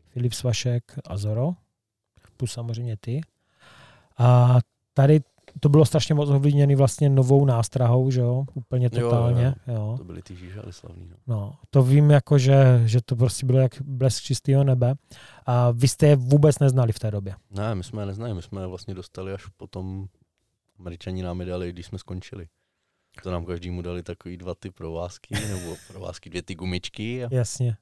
[SPEAKER 2] Filip Svašek a Zoro, plus samozřejmě ty. A tady to bylo strašně moc ovlivněné vlastně novou nástrahou, že jo, úplně
[SPEAKER 3] Jo, jo, jo.
[SPEAKER 2] totálně. Jo, jo.
[SPEAKER 3] To byly ty žížaly slavný, no.
[SPEAKER 2] No, to vím jako, že, že to prostě bylo jak blesk čistého nebe. A vy jste je vůbec neznali v té době.
[SPEAKER 3] Ne, my jsme je neznali, my jsme je vlastně dostali až potom, američani nám je dali, když jsme skončili. To nám každému dali takový dva ty provázky, nebo provázky, dvě ty gumičky. A,
[SPEAKER 2] Jasně.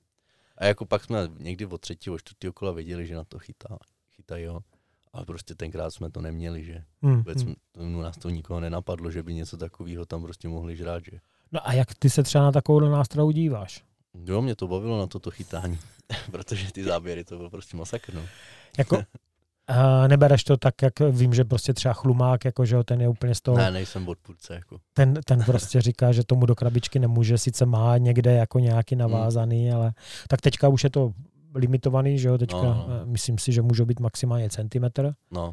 [SPEAKER 3] a jako pak jsme někdy od třetího, od čtvrtého kola věděli, že na to chytá, chytají, jo. Ale prostě tenkrát jsme to neměli, že
[SPEAKER 2] Hmm.
[SPEAKER 3] vůbec hmm. tomu nás to nikoho nenapadlo, že by něco takového tam prostě mohli žrát, že.
[SPEAKER 2] No a jak ty se třeba na takovou nástroj díváš?
[SPEAKER 3] Jo, mě to bavilo na toto chytání, protože ty záběry to byl prostě masakr, no.
[SPEAKER 2] Jako, a nebereš to tak, jak vím, že prostě třeba chlumák, jako že jo, ten je úplně z toho,
[SPEAKER 3] Ne, nejsem odpůrce, jako.
[SPEAKER 2] ten, ten prostě říká, že tomu do krabičky nemůže, sice má někde jako
[SPEAKER 3] Hm.
[SPEAKER 2] nějaký navázaný, ale tak teďka už je to limitovaný, že jo, teďka
[SPEAKER 3] No, no, no.
[SPEAKER 2] eh, myslím si, že může být maximálně centimetr
[SPEAKER 3] No,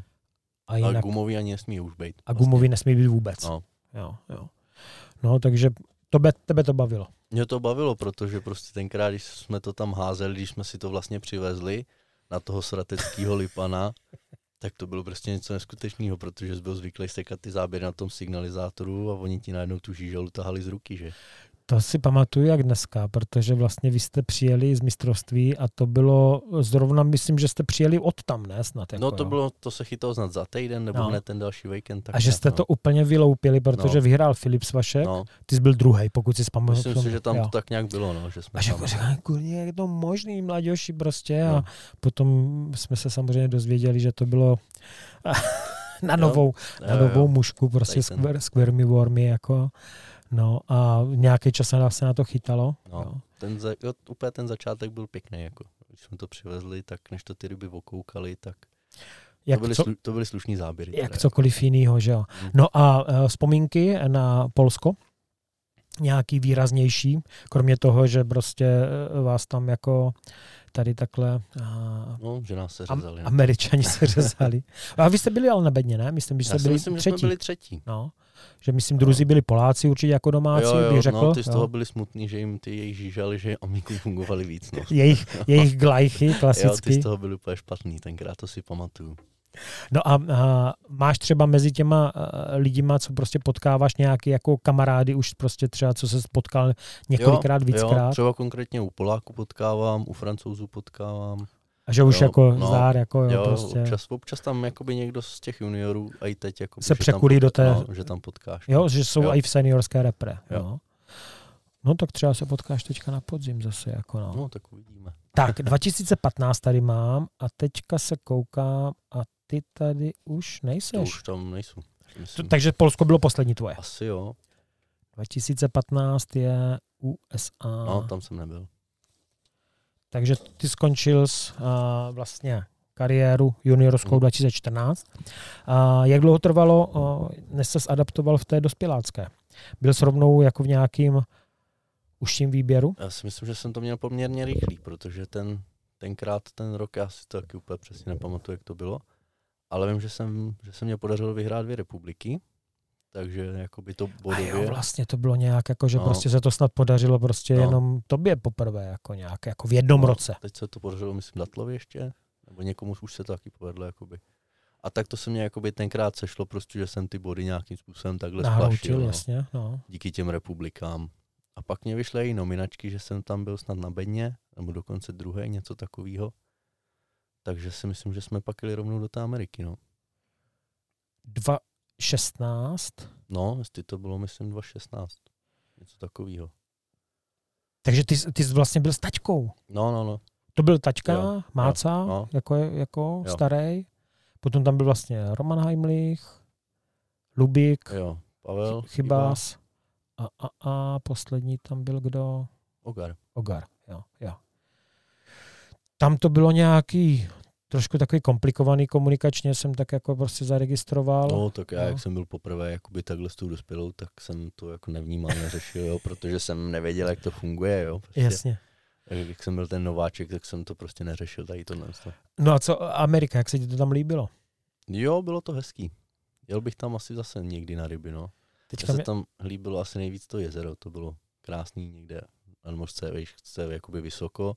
[SPEAKER 2] a
[SPEAKER 3] ale
[SPEAKER 2] jinak
[SPEAKER 3] gumový ani nesmí už být.
[SPEAKER 2] a gumový nesmí být vůbec.
[SPEAKER 3] No.
[SPEAKER 2] Jo, jo. No, takže tobe, tebe to bavilo.
[SPEAKER 3] Mě to bavilo, protože prostě tenkrát, když jsme to tam házeli, když jsme si to vlastně přivezli na toho srateckého lipana, tak to bylo prostě něco neskutečného, protože jsi byl zvyklý sekat ty záběry na tom signalizátoru a oni ti najednou tu žížalu tahali z ruky, že?
[SPEAKER 2] To si pamatuju jak dneska, protože vlastně vy jste přijeli z mistrovství a to bylo zrovna, myslím, že jste přijeli od tam, ne? Snad, jako,
[SPEAKER 3] no to
[SPEAKER 2] jo.
[SPEAKER 3] bylo, to se chytalo snad za týden nebo
[SPEAKER 2] No.
[SPEAKER 3] no. ne ten další weekend. Tak
[SPEAKER 2] A že
[SPEAKER 3] nějak,
[SPEAKER 2] jste
[SPEAKER 3] no.
[SPEAKER 2] to úplně vyloupili, protože
[SPEAKER 3] No.
[SPEAKER 2] vyhrál Filip Svašek,
[SPEAKER 3] No,
[SPEAKER 2] ty jsi byl druhý, pokud si pamatuju.
[SPEAKER 3] myslím si, že tam
[SPEAKER 2] Jo.
[SPEAKER 3] to tak nějak bylo, no, že jsme
[SPEAKER 2] A že
[SPEAKER 3] tam...
[SPEAKER 2] říkám, kurně, jak je to možný, mladější prostě. A
[SPEAKER 3] No.
[SPEAKER 2] potom jsme se samozřejmě dozvěděli, že to bylo na
[SPEAKER 3] Jo,
[SPEAKER 2] novou, na
[SPEAKER 3] jo, jo.
[SPEAKER 2] novou mušku, prostě
[SPEAKER 3] Tady
[SPEAKER 2] s
[SPEAKER 3] ten-
[SPEAKER 2] kver- s kvermi wormy, jako. No a nějaký čas na- se na to chytalo.
[SPEAKER 3] No,
[SPEAKER 2] jo.
[SPEAKER 3] ten za, jo, úplně ten začátek byl pěkný, jako. Když jsme to přivezli, tak než to ty ryby okoukaly, tak to,
[SPEAKER 2] Jak,
[SPEAKER 3] byly
[SPEAKER 2] co,
[SPEAKER 3] slu, to byly slušný záběry.
[SPEAKER 2] jak
[SPEAKER 3] teda.
[SPEAKER 2] cokoliv jiného, že jo.
[SPEAKER 3] Mm.
[SPEAKER 2] No a eh, vzpomínky na Polsko? Nějaký výraznější? Kromě toho, že prostě eh, vás tam jako tady takhle eh,
[SPEAKER 3] No, že nás se
[SPEAKER 2] Am-
[SPEAKER 3] řezali. no.
[SPEAKER 2] Američani se řezali. A vy jste byli ale na bedně, ne? Myslím, že
[SPEAKER 3] Já
[SPEAKER 2] jste
[SPEAKER 3] si
[SPEAKER 2] byli
[SPEAKER 3] myslím, že
[SPEAKER 2] třetí.
[SPEAKER 3] jsme byli třetí.
[SPEAKER 2] No. Že myslím, druzí byli Poláci určitě jako domácí,
[SPEAKER 3] jo, jo,
[SPEAKER 2] bych řekl.
[SPEAKER 3] no, ty z toho
[SPEAKER 2] jo.
[SPEAKER 3] byli smutný, že jim ty jejich žížaly, že amiku fungovaly víc, no.
[SPEAKER 2] Jejich, jejich glajchy
[SPEAKER 3] Jo, ty
[SPEAKER 2] klasicky.
[SPEAKER 3] z toho byly úplně špatný, tenkrát to si pamatuju.
[SPEAKER 2] No a, a máš třeba mezi těma a, lidima, co prostě potkáváš nějaký jako kamarády už prostě třeba, co se potkal několikrát,
[SPEAKER 3] Jo,
[SPEAKER 2] víckrát.
[SPEAKER 3] třeba konkrétně u Poláku potkávám, u Francouzů potkávám.
[SPEAKER 2] A že už
[SPEAKER 3] jo,
[SPEAKER 2] jako
[SPEAKER 3] no,
[SPEAKER 2] zdár, jako jo,
[SPEAKER 3] Jo,
[SPEAKER 2] prostě.
[SPEAKER 3] občas, občas tam jakoby někdo z těch juniorů, a i teď, jako,
[SPEAKER 2] Se
[SPEAKER 3] že tam
[SPEAKER 2] překulí do té-
[SPEAKER 3] No, že tam potkáš.
[SPEAKER 2] Jo, že jsou
[SPEAKER 3] Jo.
[SPEAKER 2] i v seniorské repre. Jo.
[SPEAKER 3] Jo.
[SPEAKER 2] No tak třeba se potkáš teďka na podzim zase. Jako no.
[SPEAKER 3] No, tak uvidíme.
[SPEAKER 2] Tak, 2015 tady mám a teďka se koukám a ty tady už
[SPEAKER 3] To
[SPEAKER 2] nejseš.
[SPEAKER 3] už tam nejsou.
[SPEAKER 2] To,
[SPEAKER 3] Myslím.
[SPEAKER 2] takže Polsko bylo poslední tvoje.
[SPEAKER 3] Asi jo,
[SPEAKER 2] 2015 je USA.
[SPEAKER 3] no, tam jsem nebyl.
[SPEAKER 2] Takže ty skončil s, a, vlastně kariéru juniorskou
[SPEAKER 3] Mhm.
[SPEAKER 2] 2014. A, Eh, jak dlouho trvalo, o, než se adaptoval v té dospělácké? Byl s rovnou jako v nějakým užším výběru?
[SPEAKER 3] Já si myslím, že jsem to měl poměrně rychlý, protože ten, tenkrát ten rok, já si to taky úplně přesně nepamatuju, jak to bylo, ale vím, že, jsem, že se mě podařilo vyhrát dvě republiky, takže jakoby to
[SPEAKER 2] A
[SPEAKER 3] bodově.
[SPEAKER 2] jo, vlastně to bylo nějak, jako, že no.
[SPEAKER 3] No.
[SPEAKER 2] prostě se to snad podařilo prostě no.
[SPEAKER 3] No.
[SPEAKER 2] jenom tobě poprvé, jako nějak, jako v jednom no.
[SPEAKER 3] No.
[SPEAKER 2] roce.
[SPEAKER 3] Teď se to podařilo, myslím, Datlovi ještě, nebo někomu už se to taky povedlo, jakoby. A tak to se mě jakoby tenkrát sešlo, prostě, že jsem ty body nějakým způsobem takhle splašil,
[SPEAKER 2] Nahroutil,
[SPEAKER 3] no,
[SPEAKER 2] jasně. No.
[SPEAKER 3] díky těm republikám. A pak mě vyšly i nominačky, že jsem tam byl snad na bedně, nebo dokonce druhé, něco takového. Takže si myslím, že jsme pak jeli rovnou do té Ameriky, no.
[SPEAKER 2] 2.16,
[SPEAKER 3] No, jestli to bylo, myslím, 2016. Něco takového.
[SPEAKER 2] takže ty, jsi- ty jsi vlastně byl s taťkou.
[SPEAKER 3] No, no, no.
[SPEAKER 2] To byl taťka,
[SPEAKER 3] Jo,
[SPEAKER 2] Máca,
[SPEAKER 3] no.
[SPEAKER 2] jako, jako
[SPEAKER 3] Jo.
[SPEAKER 2] starý. Potom tam byl vlastně Roman Heimlich, Lubik,
[SPEAKER 3] Jo, Pavel,
[SPEAKER 2] Chy- Chybás a, a, a poslední tam byl kdo?
[SPEAKER 3] Ogar.
[SPEAKER 2] Ogar. Jo, jo. Tam to bylo nějaký trošku takový komplikovaný komunikačně, jsem tak jako prostě zaregistroval.
[SPEAKER 3] No, tak já,
[SPEAKER 2] jo.
[SPEAKER 3] jak jsem byl poprvé jakoby takhle s tou dospělou, tak jsem to jako nevnímal, neřešil, jo, protože jsem nevěděl, jak to funguje, jo. Prostě.
[SPEAKER 2] Jasně.
[SPEAKER 3] Takže Jak jsem byl ten nováček, tak jsem to prostě neřešil, tady tohle. to.
[SPEAKER 2] No a co Amerika, jak se ti to tam líbilo?
[SPEAKER 3] Jo, bylo to hezký. Jel bych tam asi zase někdy na ryby, no. Mně
[SPEAKER 2] Teďka
[SPEAKER 3] se
[SPEAKER 2] mě...
[SPEAKER 3] tam líbilo asi nejvíc to jezero, to bylo krásný někde na mořce, vejšce, jakoby vysoko.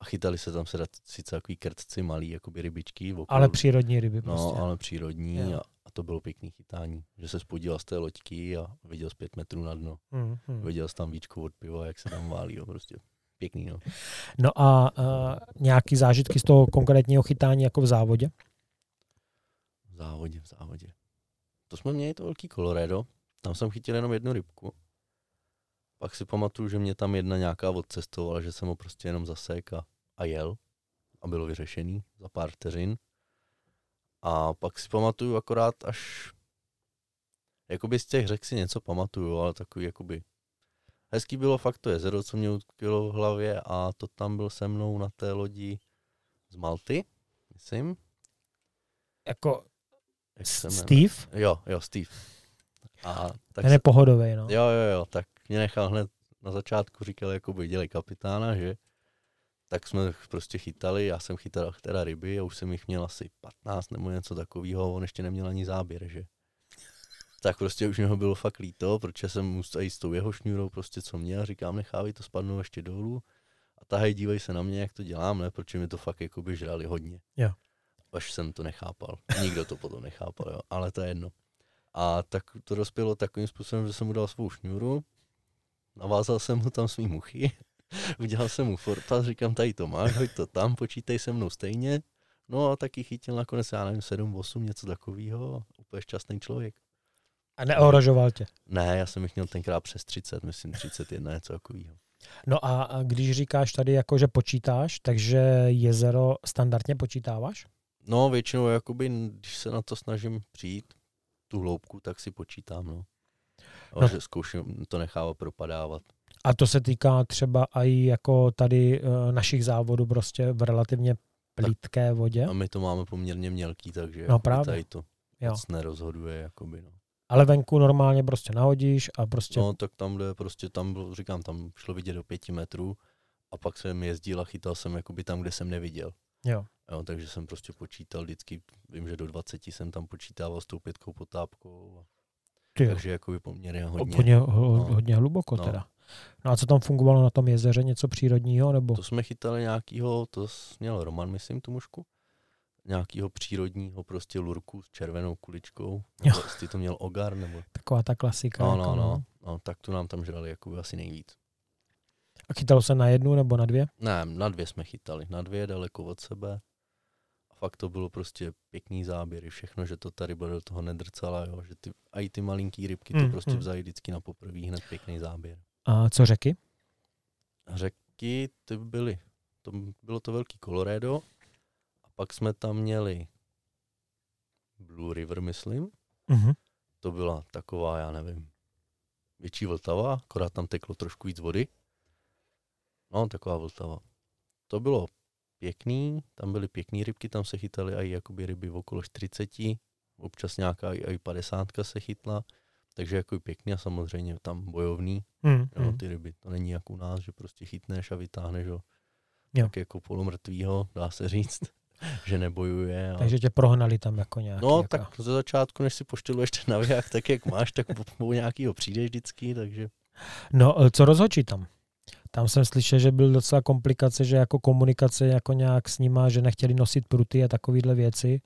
[SPEAKER 3] A chytali se tam se sice takový krtci malý, jakoby rybičky. Okolo,
[SPEAKER 2] Ale přírodní ryby
[SPEAKER 3] no,
[SPEAKER 2] prostě.
[SPEAKER 3] ale přírodní
[SPEAKER 2] Jo.
[SPEAKER 3] a, a, to bylo pěkný chytání. Že se spodíval z té loďky a viděl z pět metrů na dno.
[SPEAKER 2] Mm, mm.
[SPEAKER 3] Viděl jsi tam víčku od piva, jak se tam válí, jo, prostě pěkný, no.
[SPEAKER 2] No a uh, nějaký zážitky z toho konkrétního chytání jako v závodě?
[SPEAKER 3] V závodě, v závodě. To jsme měli to velký Colorado, tam jsem chytil jenom jednu rybku. Pak si pamatuju, že mě tam jedna nějaká odcestovala, že jsem ho prostě jenom zasek a, a jel. A bylo vyřešený za pár vteřin. A pak si pamatuju akorát až... Jakoby z těch řek si něco pamatuju, ale takový jakoby... Hezký bylo fakt to jezero, co mě utkvělo v hlavě a to tam byl se mnou na té lodi z Malty, myslím.
[SPEAKER 2] Jako
[SPEAKER 3] Jak se jmenuje?
[SPEAKER 2] Steve,
[SPEAKER 3] Jo, jo, Steve. A tak,
[SPEAKER 2] ten je
[SPEAKER 3] se,
[SPEAKER 2] pohodový, no.
[SPEAKER 3] jo, jo, jo, tak mě nechal hned na začátku, říkal, jako by dělej kapitána, že? Tak jsme prostě chytali, já jsem chytal teda ryby a už jsem jich měl asi 15 nebo něco takového, on ještě neměl ani záběr, že? Tak prostě už mě ho bylo fakt líto, protože jsem mu s- i s tou jeho šňůrou prostě co měl, říkám, nechávej to spadnout ještě dolů a tahej, dívej se na mě, jak to dělám, ne? Protože mi to fakt jakoby žrali jako hodně.
[SPEAKER 2] Jo.
[SPEAKER 3] až jsem to nechápal. Nikdo to potom nechápal, jo. ale to je jedno. A tak to dospělo takovým způsobem, že jsem mu dal svou šňůru, navázal jsem mu tam svý muchy, udělal jsem mu forpas, říkám, tady to máš, hoď to tam, počítej se mnou stejně. No a taky chytil nakonec, já nevím, 7, 8, něco takového, úplně šťastný člověk.
[SPEAKER 2] A neohrožoval tě.
[SPEAKER 3] Ne, já jsem jich měl tenkrát přes 30, myslím 31, něco takového.
[SPEAKER 2] No a a když říkáš tady, jako, že počítáš, takže jezero standardně počítáváš?
[SPEAKER 3] No většinou, jakoby, když se na to snažím přijít, tu hloubku, tak si počítám, no. A
[SPEAKER 2] No.
[SPEAKER 3] že zkouším to nechávat propadávat.
[SPEAKER 2] A to se týká třeba i jako tady eh, našich závodů prostě v relativně plítké vodě.
[SPEAKER 3] A my to máme poměrně mělký, takže
[SPEAKER 2] No
[SPEAKER 3] jakoby
[SPEAKER 2] právě.
[SPEAKER 3] tady to
[SPEAKER 2] Jo.
[SPEAKER 3] moc nerozhoduje. Jakoby, no.
[SPEAKER 2] Ale venku normálně prostě nahodíš a prostě...
[SPEAKER 3] no tak tam jde prostě, tam bylo, říkám, tam šlo vidět do pěti metrů a pak jsem jezdil a chytal jsem jakoby tam, kde jsem neviděl.
[SPEAKER 2] Jo.
[SPEAKER 3] Jo, takže jsem prostě počítal vždycky, vím, že do 20 jsem tam počítával s tou pětkou potápkou, a,
[SPEAKER 2] Ty, jo,
[SPEAKER 3] takže jakoby poměrně hodně.
[SPEAKER 2] hodně, ho,
[SPEAKER 3] No.
[SPEAKER 2] hodně hluboko
[SPEAKER 3] No.
[SPEAKER 2] teda. No a co tam fungovalo na tom jezeře? Něco přírodního nebo...
[SPEAKER 3] To jsme chytali nějakýho, to s- měl Roman, myslím, tu mušku, nějakýho přírodního prostě lurku s červenou kuličkou.
[SPEAKER 2] Jo.
[SPEAKER 3] Nebo Jestli to měl ogar, nebo...
[SPEAKER 2] Taková ta klasika.
[SPEAKER 3] No,
[SPEAKER 2] jako,
[SPEAKER 3] no, no, no. tak tu nám tam žrali jakoby asi nejvíc.
[SPEAKER 2] A chytalo se na jednu nebo na dvě?
[SPEAKER 3] Ne, na dvě jsme chytali, na dvě daleko od sebe. A fakt to bylo prostě pěkný záběry, všechno, že to ta ryba do toho nedrcala, jo, že ty, a i ty malinký rybky to
[SPEAKER 2] Mm,
[SPEAKER 3] prostě
[SPEAKER 2] mm.
[SPEAKER 3] vzali vždycky na poprvé hned pěkný záběr.
[SPEAKER 2] A co řeky?
[SPEAKER 3] řeky ty byly, to m- bylo to velký Colorado a pak jsme tam měli Blue River, myslím,
[SPEAKER 2] Mhm.
[SPEAKER 3] to byla taková, já nevím, větší Vltava, akorát tam teklo trošku víc vody. No, taková Vltava. To bylo pěkný, tam byly pěkné rybky, tam se chytaly i jakoby ryby okolo 40, občas nějaká i i 50 se chytla, takže jako pěkný a samozřejmě tam bojovný.
[SPEAKER 2] Mm,
[SPEAKER 3] Jo,
[SPEAKER 2] mm.
[SPEAKER 3] ty ryby. To není jak u nás, že prostě chytneš a vytáhneš ho
[SPEAKER 2] Jo.
[SPEAKER 3] tak jako polomrtvýho, dá se říct, že nebojuje. A...
[SPEAKER 2] Takže tě prohnali tam jako nějak.
[SPEAKER 3] no,
[SPEAKER 2] jako...
[SPEAKER 3] tak ze začátku, než si poštiluješ ten naviják tak, jak máš, tak po, po nějakýho přijdeš vždycky, takže
[SPEAKER 2] No, e, co rozhodčí tam? Tam jsem slyšel, že byl docela komplikace, že jako komunikace jako nějak s nima, že nechtěli nosit pruty a takovéhle věci.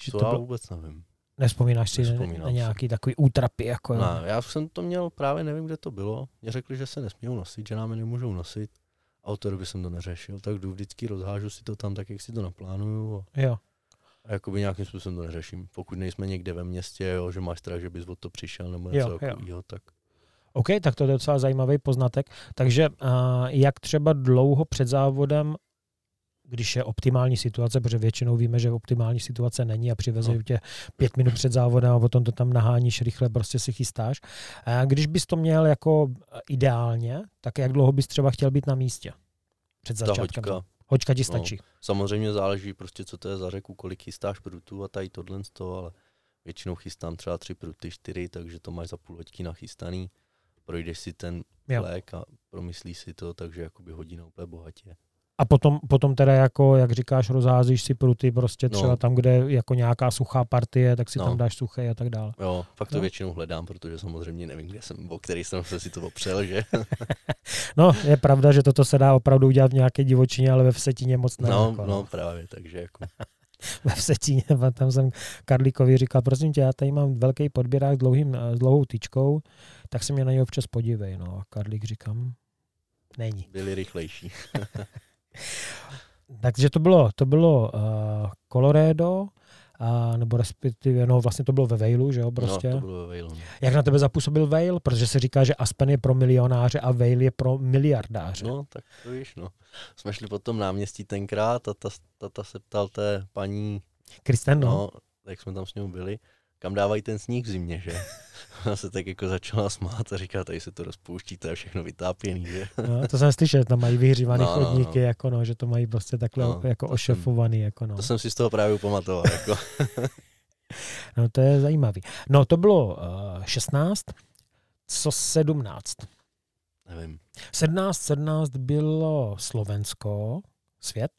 [SPEAKER 2] Že
[SPEAKER 3] to,
[SPEAKER 2] to
[SPEAKER 3] já
[SPEAKER 2] bylo,
[SPEAKER 3] vůbec nevím.
[SPEAKER 2] nespomínáš si na-
[SPEAKER 3] Nespomínám
[SPEAKER 2] na
[SPEAKER 3] si.
[SPEAKER 2] nějaký takový útrapy? Jako, jo?
[SPEAKER 3] No, já jsem to měl právě, nevím, kde to bylo. Mě řekli, že se nesmějou nosit, že nám je nemůžou nosit. A od té doby jsem to neřešil, tak jdu vždycky, rozhážu si to tam tak, jak si to naplánuju a,
[SPEAKER 2] jo.
[SPEAKER 3] a jakoby nějakým způsobem to neřeším. Pokud nejsme někde ve městě, jo, že máš strach, že bys o to přišel nebo něco
[SPEAKER 2] jo.
[SPEAKER 3] takového, tak
[SPEAKER 2] OK, tak to je docela zajímavý poznatek. Takže a, jak třeba dlouho před závodem, když je optimální situace, protože většinou víme, že optimální situace není a přivezou
[SPEAKER 3] No.
[SPEAKER 2] tě pět minut před závodem a potom to tam naháníš rychle, prostě si chystáš. A když bys to měl jako ideálně, tak jak dlouho bys třeba chtěl být na místě? Před
[SPEAKER 3] ta
[SPEAKER 2] začátkem.
[SPEAKER 3] hoďka,
[SPEAKER 2] hoďka ti
[SPEAKER 3] no.
[SPEAKER 2] stačí.
[SPEAKER 3] Samozřejmě záleží prostě, co to je za řeku, kolik chystáš prutů a tady tohle z toho, ale většinou chystám třeba tři pruty, čtyři, takže to máš za půl hoďky nachystaný. Projdeš si ten
[SPEAKER 2] Jo.
[SPEAKER 3] lék a promyslíš si to, takže jakoby hodina úplně bohatě.
[SPEAKER 2] A potom, potom teda jako, jak říkáš, rozházíš si pruty prostě
[SPEAKER 3] No.
[SPEAKER 2] třeba tam, kde je jako nějaká suchá partie, tak si
[SPEAKER 3] No.
[SPEAKER 2] tam dáš suché a tak dále.
[SPEAKER 3] Jo, fakt to
[SPEAKER 2] No.
[SPEAKER 3] většinou hledám, protože samozřejmě nevím, kde jsem, o který jsem se si to opřel, že?
[SPEAKER 2] No, je pravda, že toto se dá opravdu udělat v nějaké divočině, ale ve Vsetině moc ne.
[SPEAKER 3] no,
[SPEAKER 2] jako,
[SPEAKER 3] no, právě, takže jako,
[SPEAKER 2] Ve Vsetině, a tam jsem Karlíkovi říkal, prosím tě, já tady mám velký podběrák s, dlouhým, eh, s dlouhou tyčkou, tak se mě na něj občas podívej. No a Karlík říkám, není.
[SPEAKER 3] byli rychlejší.
[SPEAKER 2] Takže to bylo, to bylo uh, Colorado, a, nebo respektive, no vlastně to bylo ve Valeu, že jo, prostě.
[SPEAKER 3] No, to bylo ve Vejlu, no.
[SPEAKER 2] Jak na tebe zapůsobil Vale? Protože se říká, že Aspen je pro milionáře a Vale je pro miliardáře.
[SPEAKER 3] No, tak to víš, no. Jsme šli po tom náměstí tenkrát a ta, ta, ta se ptal té paní,
[SPEAKER 2] Kristen, no.
[SPEAKER 3] No, jak jsme tam s ním byli, kam dávají ten sníh v zimě, že? Ona se tak jako začala smát a říká, tady se to rozpouští, to je všechno vytápěný, že?
[SPEAKER 2] No, to jsem slyšel, že tam mají vyhřívané no,
[SPEAKER 3] No, no, no.
[SPEAKER 2] chodníky, jako no, že to mají prostě takhle
[SPEAKER 3] No,
[SPEAKER 2] no, jako
[SPEAKER 3] to
[SPEAKER 2] ošefovaný. Jako no.
[SPEAKER 3] To jsem si z toho právě upamatoval, jako.
[SPEAKER 2] no to je zajímavý. No to bylo uh, 16, co 17.
[SPEAKER 3] Nevím.
[SPEAKER 2] 17, 17 bylo Slovensko, svět,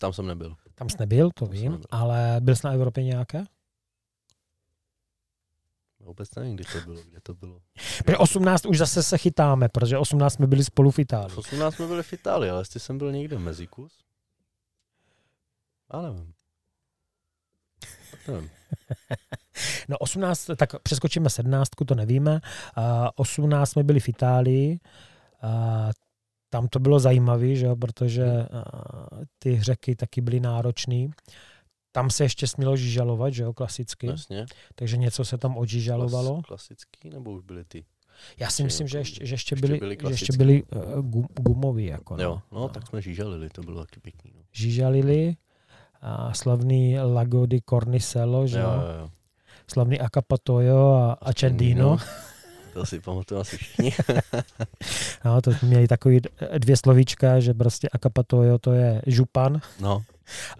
[SPEAKER 3] Tam jsem nebyl.
[SPEAKER 2] tam jsi nebyl, to
[SPEAKER 3] Tam jsem
[SPEAKER 2] vím,
[SPEAKER 3] nebyl.
[SPEAKER 2] ale byl jsi na Evropě nějaké?
[SPEAKER 3] Vůbec nevím, kdy to bylo, kde to bylo.
[SPEAKER 2] Protože 18 už zase se chytáme, protože 18 jsme byli spolu v Itálii.
[SPEAKER 3] V 18 jsme byli v Itálii, ale jestli jsem byl někde v Mezikus, já nevím. Nevím.
[SPEAKER 2] No 18, tak přeskočíme 17, to nevíme. A 18 jsme byli v Itálii. A tam to bylo zajímavé, že, jo, protože
[SPEAKER 3] Hmm.
[SPEAKER 2] a, ty řeky taky byly náročné. Tam se ještě smělo žižalovat, že jo, klasicky.
[SPEAKER 3] Jasně.
[SPEAKER 2] Takže něco se tam odžižalovalo.
[SPEAKER 3] Klas, klasický, nebo už byly ty?
[SPEAKER 2] Já si myslím, že ještě, že ještě byly,
[SPEAKER 3] jako byly
[SPEAKER 2] že ještě
[SPEAKER 3] klasický.
[SPEAKER 2] byly uh, gum, gumový. Jako, no.
[SPEAKER 3] Jo, no, tak jsme žížalili, to bylo taky pěkný. No.
[SPEAKER 2] Žižalili, a slavný Lago di Cornicello, že
[SPEAKER 3] Jo,
[SPEAKER 2] jo?
[SPEAKER 3] jo, jo.
[SPEAKER 2] slavný Acapatojo a, a Cendino.
[SPEAKER 3] To si pamatuju asi všichni.
[SPEAKER 2] No, to měli takový d- dvě slovíčka, že prostě Acapatojo to je župan
[SPEAKER 3] No,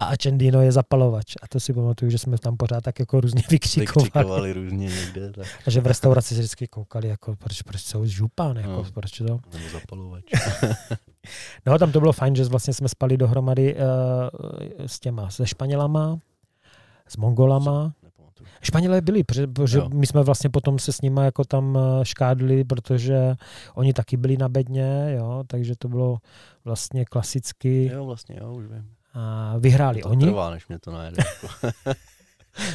[SPEAKER 2] a Acendino je zapalovač. A to si pamatuju, že jsme tam pořád tak jako různě vykřikovali.
[SPEAKER 3] křikovali různě někde, tak,
[SPEAKER 2] A že v restauraci se vždycky koukali, jako proč, proč jsou župan, jako,
[SPEAKER 3] No.
[SPEAKER 2] proč to.
[SPEAKER 3] nebo zapalovač.
[SPEAKER 2] No tam to bylo fajn, že vlastně jsme spali dohromady uh, s těma, se Španělama, s Mongolama.
[SPEAKER 3] Nepamatuju.
[SPEAKER 2] Španělé byli, protože, protože
[SPEAKER 3] Jo.
[SPEAKER 2] my jsme vlastně potom se s nimi jako tam eh, škádli, protože oni taky byli na bedně, jo, takže to bylo vlastně klasicky.
[SPEAKER 3] Jo, vlastně, jo, už vím.
[SPEAKER 2] A vyhráli
[SPEAKER 3] To
[SPEAKER 2] oni,
[SPEAKER 3] trvá, než mě to najede.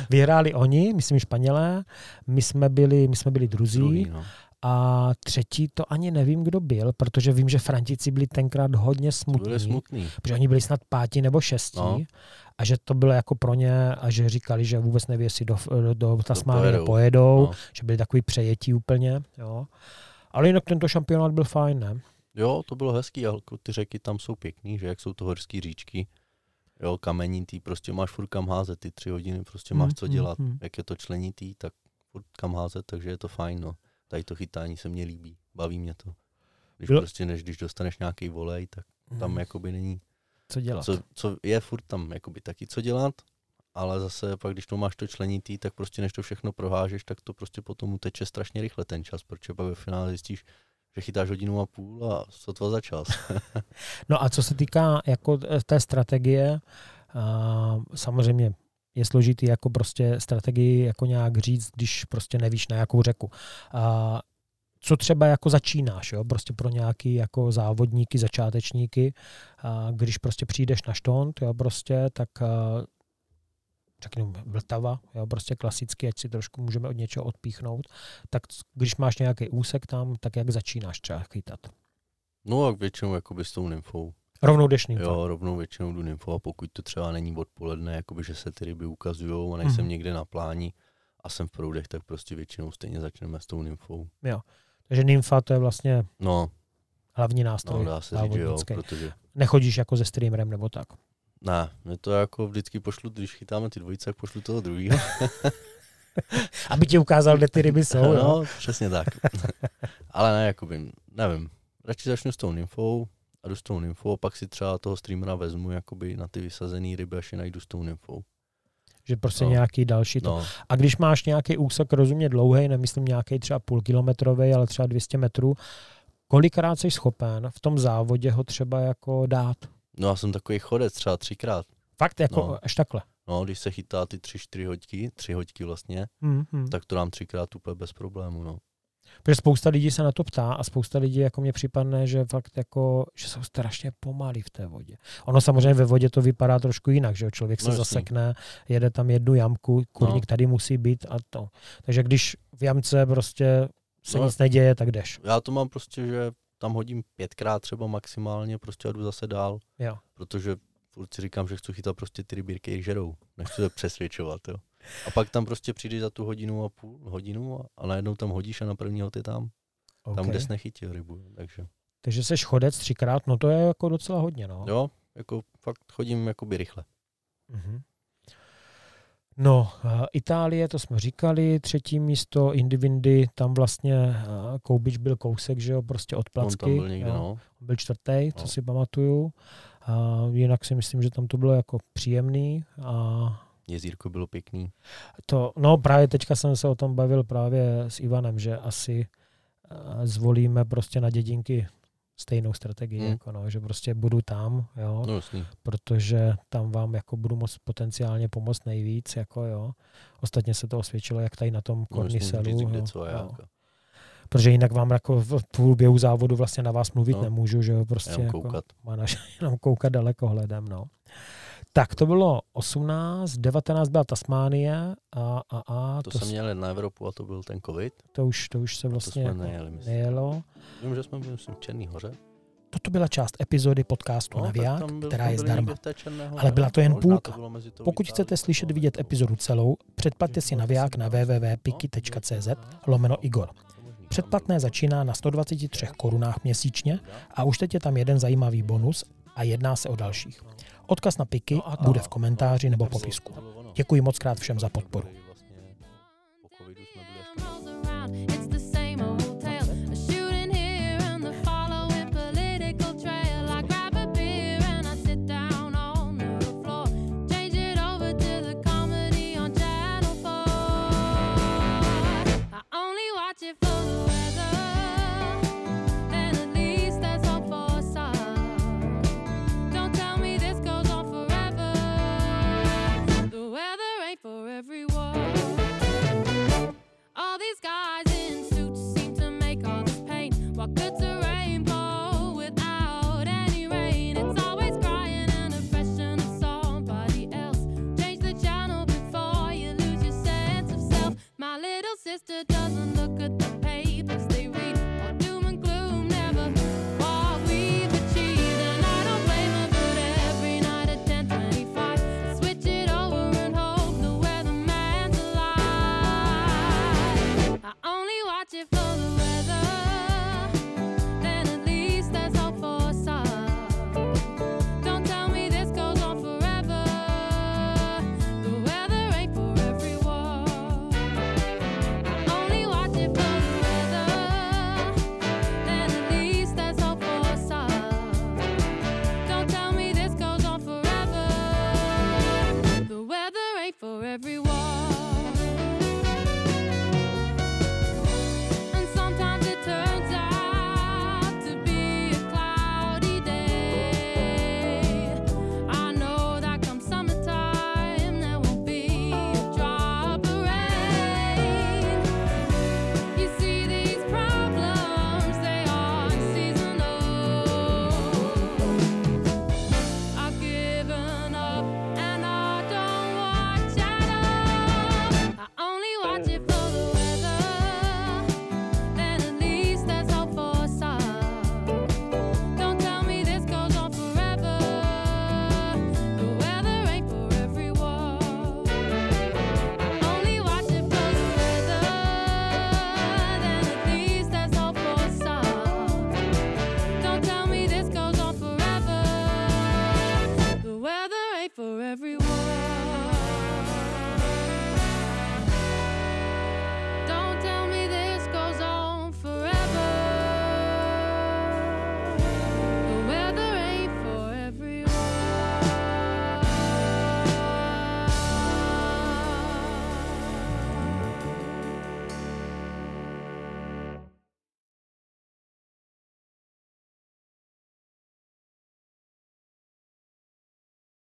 [SPEAKER 2] vyhráli oni, myslím Španělé, my jsme byli, my jsme byli druzí
[SPEAKER 3] Druhý, no.
[SPEAKER 2] a třetí to ani nevím, kdo byl, protože vím, že Frantici byli tenkrát hodně
[SPEAKER 3] To
[SPEAKER 2] smutní,
[SPEAKER 3] bude smutný.
[SPEAKER 2] protože oni byli snad páti nebo šestí
[SPEAKER 3] No.
[SPEAKER 2] a že to bylo jako pro ně a že říkali, že vůbec neví, jestli do, do, do Tasmánie
[SPEAKER 3] pojedou.
[SPEAKER 2] pojedou, pojedou
[SPEAKER 3] No.
[SPEAKER 2] že byli takový přejetí úplně, jo. Ale jinak tento šampionát byl fajn, ne?
[SPEAKER 3] Jo, to bylo hezký, ale jako ty řeky tam jsou pěkný, že jak jsou to horský říčky, jo, kamenitý, prostě máš furt kam házet, ty tři hodiny prostě máš
[SPEAKER 2] Mm,
[SPEAKER 3] co
[SPEAKER 2] mm,
[SPEAKER 3] dělat,
[SPEAKER 2] mm.
[SPEAKER 3] jak je to členitý, tak furt kam házet, takže je to fajn, no. Tady to chytání se mně líbí, baví mě to. Když
[SPEAKER 2] Bylo-
[SPEAKER 3] prostě, než když dostaneš nějaký volej, tak tam
[SPEAKER 2] Hm,
[SPEAKER 3] jakoby není,
[SPEAKER 2] co dělat?
[SPEAKER 3] co, co, je furt tam jakoby taky co dělat, ale zase pak, když to máš to členitý, tak prostě než to všechno prohážeš, tak to prostě potom uteče strašně rychle ten čas, protože pak ve finále zjistíš, že chytáš hodinu a půl a sotva za čas.
[SPEAKER 2] No a co se týká jako eh, té strategie, a samozřejmě je složitý jako prostě strategii jako nějak říct, když prostě nevíš na jakou řeku. A co třeba jako začínáš, jo? prostě pro nějaký jako závodníky, začátečníky, a když prostě přijdeš na štont, jo, prostě, tak a, řeknu Vltava, jo, prostě klasicky, ať si trošku můžeme od něčeho odpíchnout, tak c- když máš nějaký úsek tam, tak jak začínáš třeba chytat?
[SPEAKER 3] No a většinou jakoby s tou nymfou.
[SPEAKER 2] Rovnou jdeš nymfa.
[SPEAKER 3] Jo, rovnou většinou jdu nymfou a pokud to třeba není odpoledne, jakoby, že se ty ryby ukazují a nejsem
[SPEAKER 2] Mhm.
[SPEAKER 3] někde na pláni a jsem v proudech, tak prostě většinou stejně začneme s tou nymfou.
[SPEAKER 2] Takže nymfa to je vlastně
[SPEAKER 3] No,
[SPEAKER 2] hlavní
[SPEAKER 3] no
[SPEAKER 2] nástroj.
[SPEAKER 3] dá se říct, že jo,
[SPEAKER 2] závodnický.
[SPEAKER 3] protože
[SPEAKER 2] Nechodíš jako se streamerem nebo tak.
[SPEAKER 3] ne, mě to jako vždycky pošlu, když chytáme ty dvojice, tak pošlu toho druhého.
[SPEAKER 2] Aby ti ukázal, kde ty ryby jsou.
[SPEAKER 3] No,
[SPEAKER 2] jo?
[SPEAKER 3] no, přesně tak. Ale ne, jakoby, nevím. Radši začnu s tou nymfou a jdu s tou nymfou a pak si třeba toho streamera vezmu jakoby na ty vysazené ryby, až je najdu s tou nymfou.
[SPEAKER 2] Že prostě
[SPEAKER 3] no.
[SPEAKER 2] nějaký další. To.
[SPEAKER 3] No,
[SPEAKER 2] A když máš nějaký úsek rozumně dlouhý, nemyslím nějaký třeba půlkilometrový, ale třeba 200 metrů, kolikrát jsi schopen v tom závodě ho třeba jako dát?
[SPEAKER 3] no já jsem takový chodec třeba třikrát.
[SPEAKER 2] Fakt jako
[SPEAKER 3] No.
[SPEAKER 2] až takhle.
[SPEAKER 3] No, když se chytá ty tři, čtyři hoďky, tři hoďky vlastně,
[SPEAKER 2] Mm, mm.
[SPEAKER 3] tak to dám třikrát úplně bez problému, no.
[SPEAKER 2] Protože spousta lidí se na to ptá a spousta lidí jako mě připadne, že fakt jako, že jsou strašně pomalí v té vodě. Ono samozřejmě ve vodě to vypadá trošku jinak, že jo? člověk se
[SPEAKER 3] No
[SPEAKER 2] no,
[SPEAKER 3] jasný.
[SPEAKER 2] zasekne, jede tam jednu jamku, kurník no. tady musí být a to. Takže když v jamce prostě se
[SPEAKER 3] No.
[SPEAKER 2] no. nic neděje, tak jdeš.
[SPEAKER 3] Já to mám prostě, že tam hodím pětkrát třeba maximálně, prostě a jdu zase dál,
[SPEAKER 2] Jo.
[SPEAKER 3] protože furt si říkám, že chci chytat prostě ty rybírky, jejich žerou. Nechci se přesvědčovat, jo. A pak tam prostě přijdeš za tu hodinu a půl, hodinu a, a najednou tam hodíš a na první hod je tam, okay. tam,
[SPEAKER 2] Okay.
[SPEAKER 3] kde jsi nechytil rybu, jo. takže.
[SPEAKER 2] Takže jsi chodec třikrát, no to je jako docela hodně. No.
[SPEAKER 3] Jo, jako fakt chodím jakoby rychle.
[SPEAKER 2] Mhm. No, eh, Itálie, to jsme říkali, třetí místo, Indy Windy, tam vlastně eh, Koubič byl kousek, že jo, prostě od placky.
[SPEAKER 3] On tam byl někde,
[SPEAKER 2] jo.
[SPEAKER 3] no.
[SPEAKER 2] byl čtvrtý, to
[SPEAKER 3] No.
[SPEAKER 2] si pamatuju. A jinak si myslím, že tam to bylo jako příjemný. A
[SPEAKER 3] Jezírko bylo pěkný.
[SPEAKER 2] to, no právě teďka jsem se o tom bavil právě s Ivanem, že asi eh, zvolíme prostě na dědinky stejnou strategii,
[SPEAKER 3] Hmm.
[SPEAKER 2] hmm. jako no, že prostě budu tam, jo,
[SPEAKER 3] No jasný.
[SPEAKER 2] protože tam vám jako budu moc potenciálně pomoct nejvíc, jako jo. Ostatně se to osvědčilo, jak tady na tom
[SPEAKER 3] No, jasný,
[SPEAKER 2] Korniselu,
[SPEAKER 3] vždycky jako. kde
[SPEAKER 2] jo,
[SPEAKER 3] co a
[SPEAKER 2] jo.
[SPEAKER 3] jak. a-
[SPEAKER 2] protože jinak vám jako v průběhu závodu vlastně na vás mluvit
[SPEAKER 3] No.
[SPEAKER 2] nemůžu, že jo,
[SPEAKER 3] A
[SPEAKER 2] prostě
[SPEAKER 3] jenom
[SPEAKER 2] jako,
[SPEAKER 3] koukat.
[SPEAKER 2] manažer jenom koukat daleko hledem, no. Tak to bylo 18, 19 byla Tasmánie a, a, a
[SPEAKER 3] To,
[SPEAKER 2] to,
[SPEAKER 3] to jsem
[SPEAKER 2] s-
[SPEAKER 3] měl na Evropu a to byl ten covid.
[SPEAKER 2] to, už, to už se vlastně
[SPEAKER 3] jsme
[SPEAKER 2] jako
[SPEAKER 3] nejeli, myslím.
[SPEAKER 2] nejelo.
[SPEAKER 3] Vím, že jsme byli myslím, v Černý hoře.
[SPEAKER 2] Toto byla část epizody podcastu no, Naviják,
[SPEAKER 3] tak tam byl-
[SPEAKER 2] která
[SPEAKER 3] tam
[SPEAKER 2] je
[SPEAKER 3] byli
[SPEAKER 2] zdarma.
[SPEAKER 3] někde v té Černé hoře.
[SPEAKER 2] Ale byla to jen
[SPEAKER 3] Možná
[SPEAKER 2] půlka.
[SPEAKER 3] bylo mezi tou
[SPEAKER 2] Pokud
[SPEAKER 3] Itálií
[SPEAKER 2] chcete
[SPEAKER 3] a
[SPEAKER 2] slyšet
[SPEAKER 3] Slovenskou.
[SPEAKER 2] vidět epizodu celou, předplaťte si Naviják na www.piky.cz lomeno Igor.
[SPEAKER 3] No, To možný,
[SPEAKER 2] Předplatné začíná na 123 korunách měsíčně a už teď je tam jeden zajímavý bonus a jedná se o
[SPEAKER 3] No
[SPEAKER 2] dalších. Odkaz na Piky bude v komentáři nebo popisku. Děkuji moc krát všem za podporu.
[SPEAKER 3] vlastně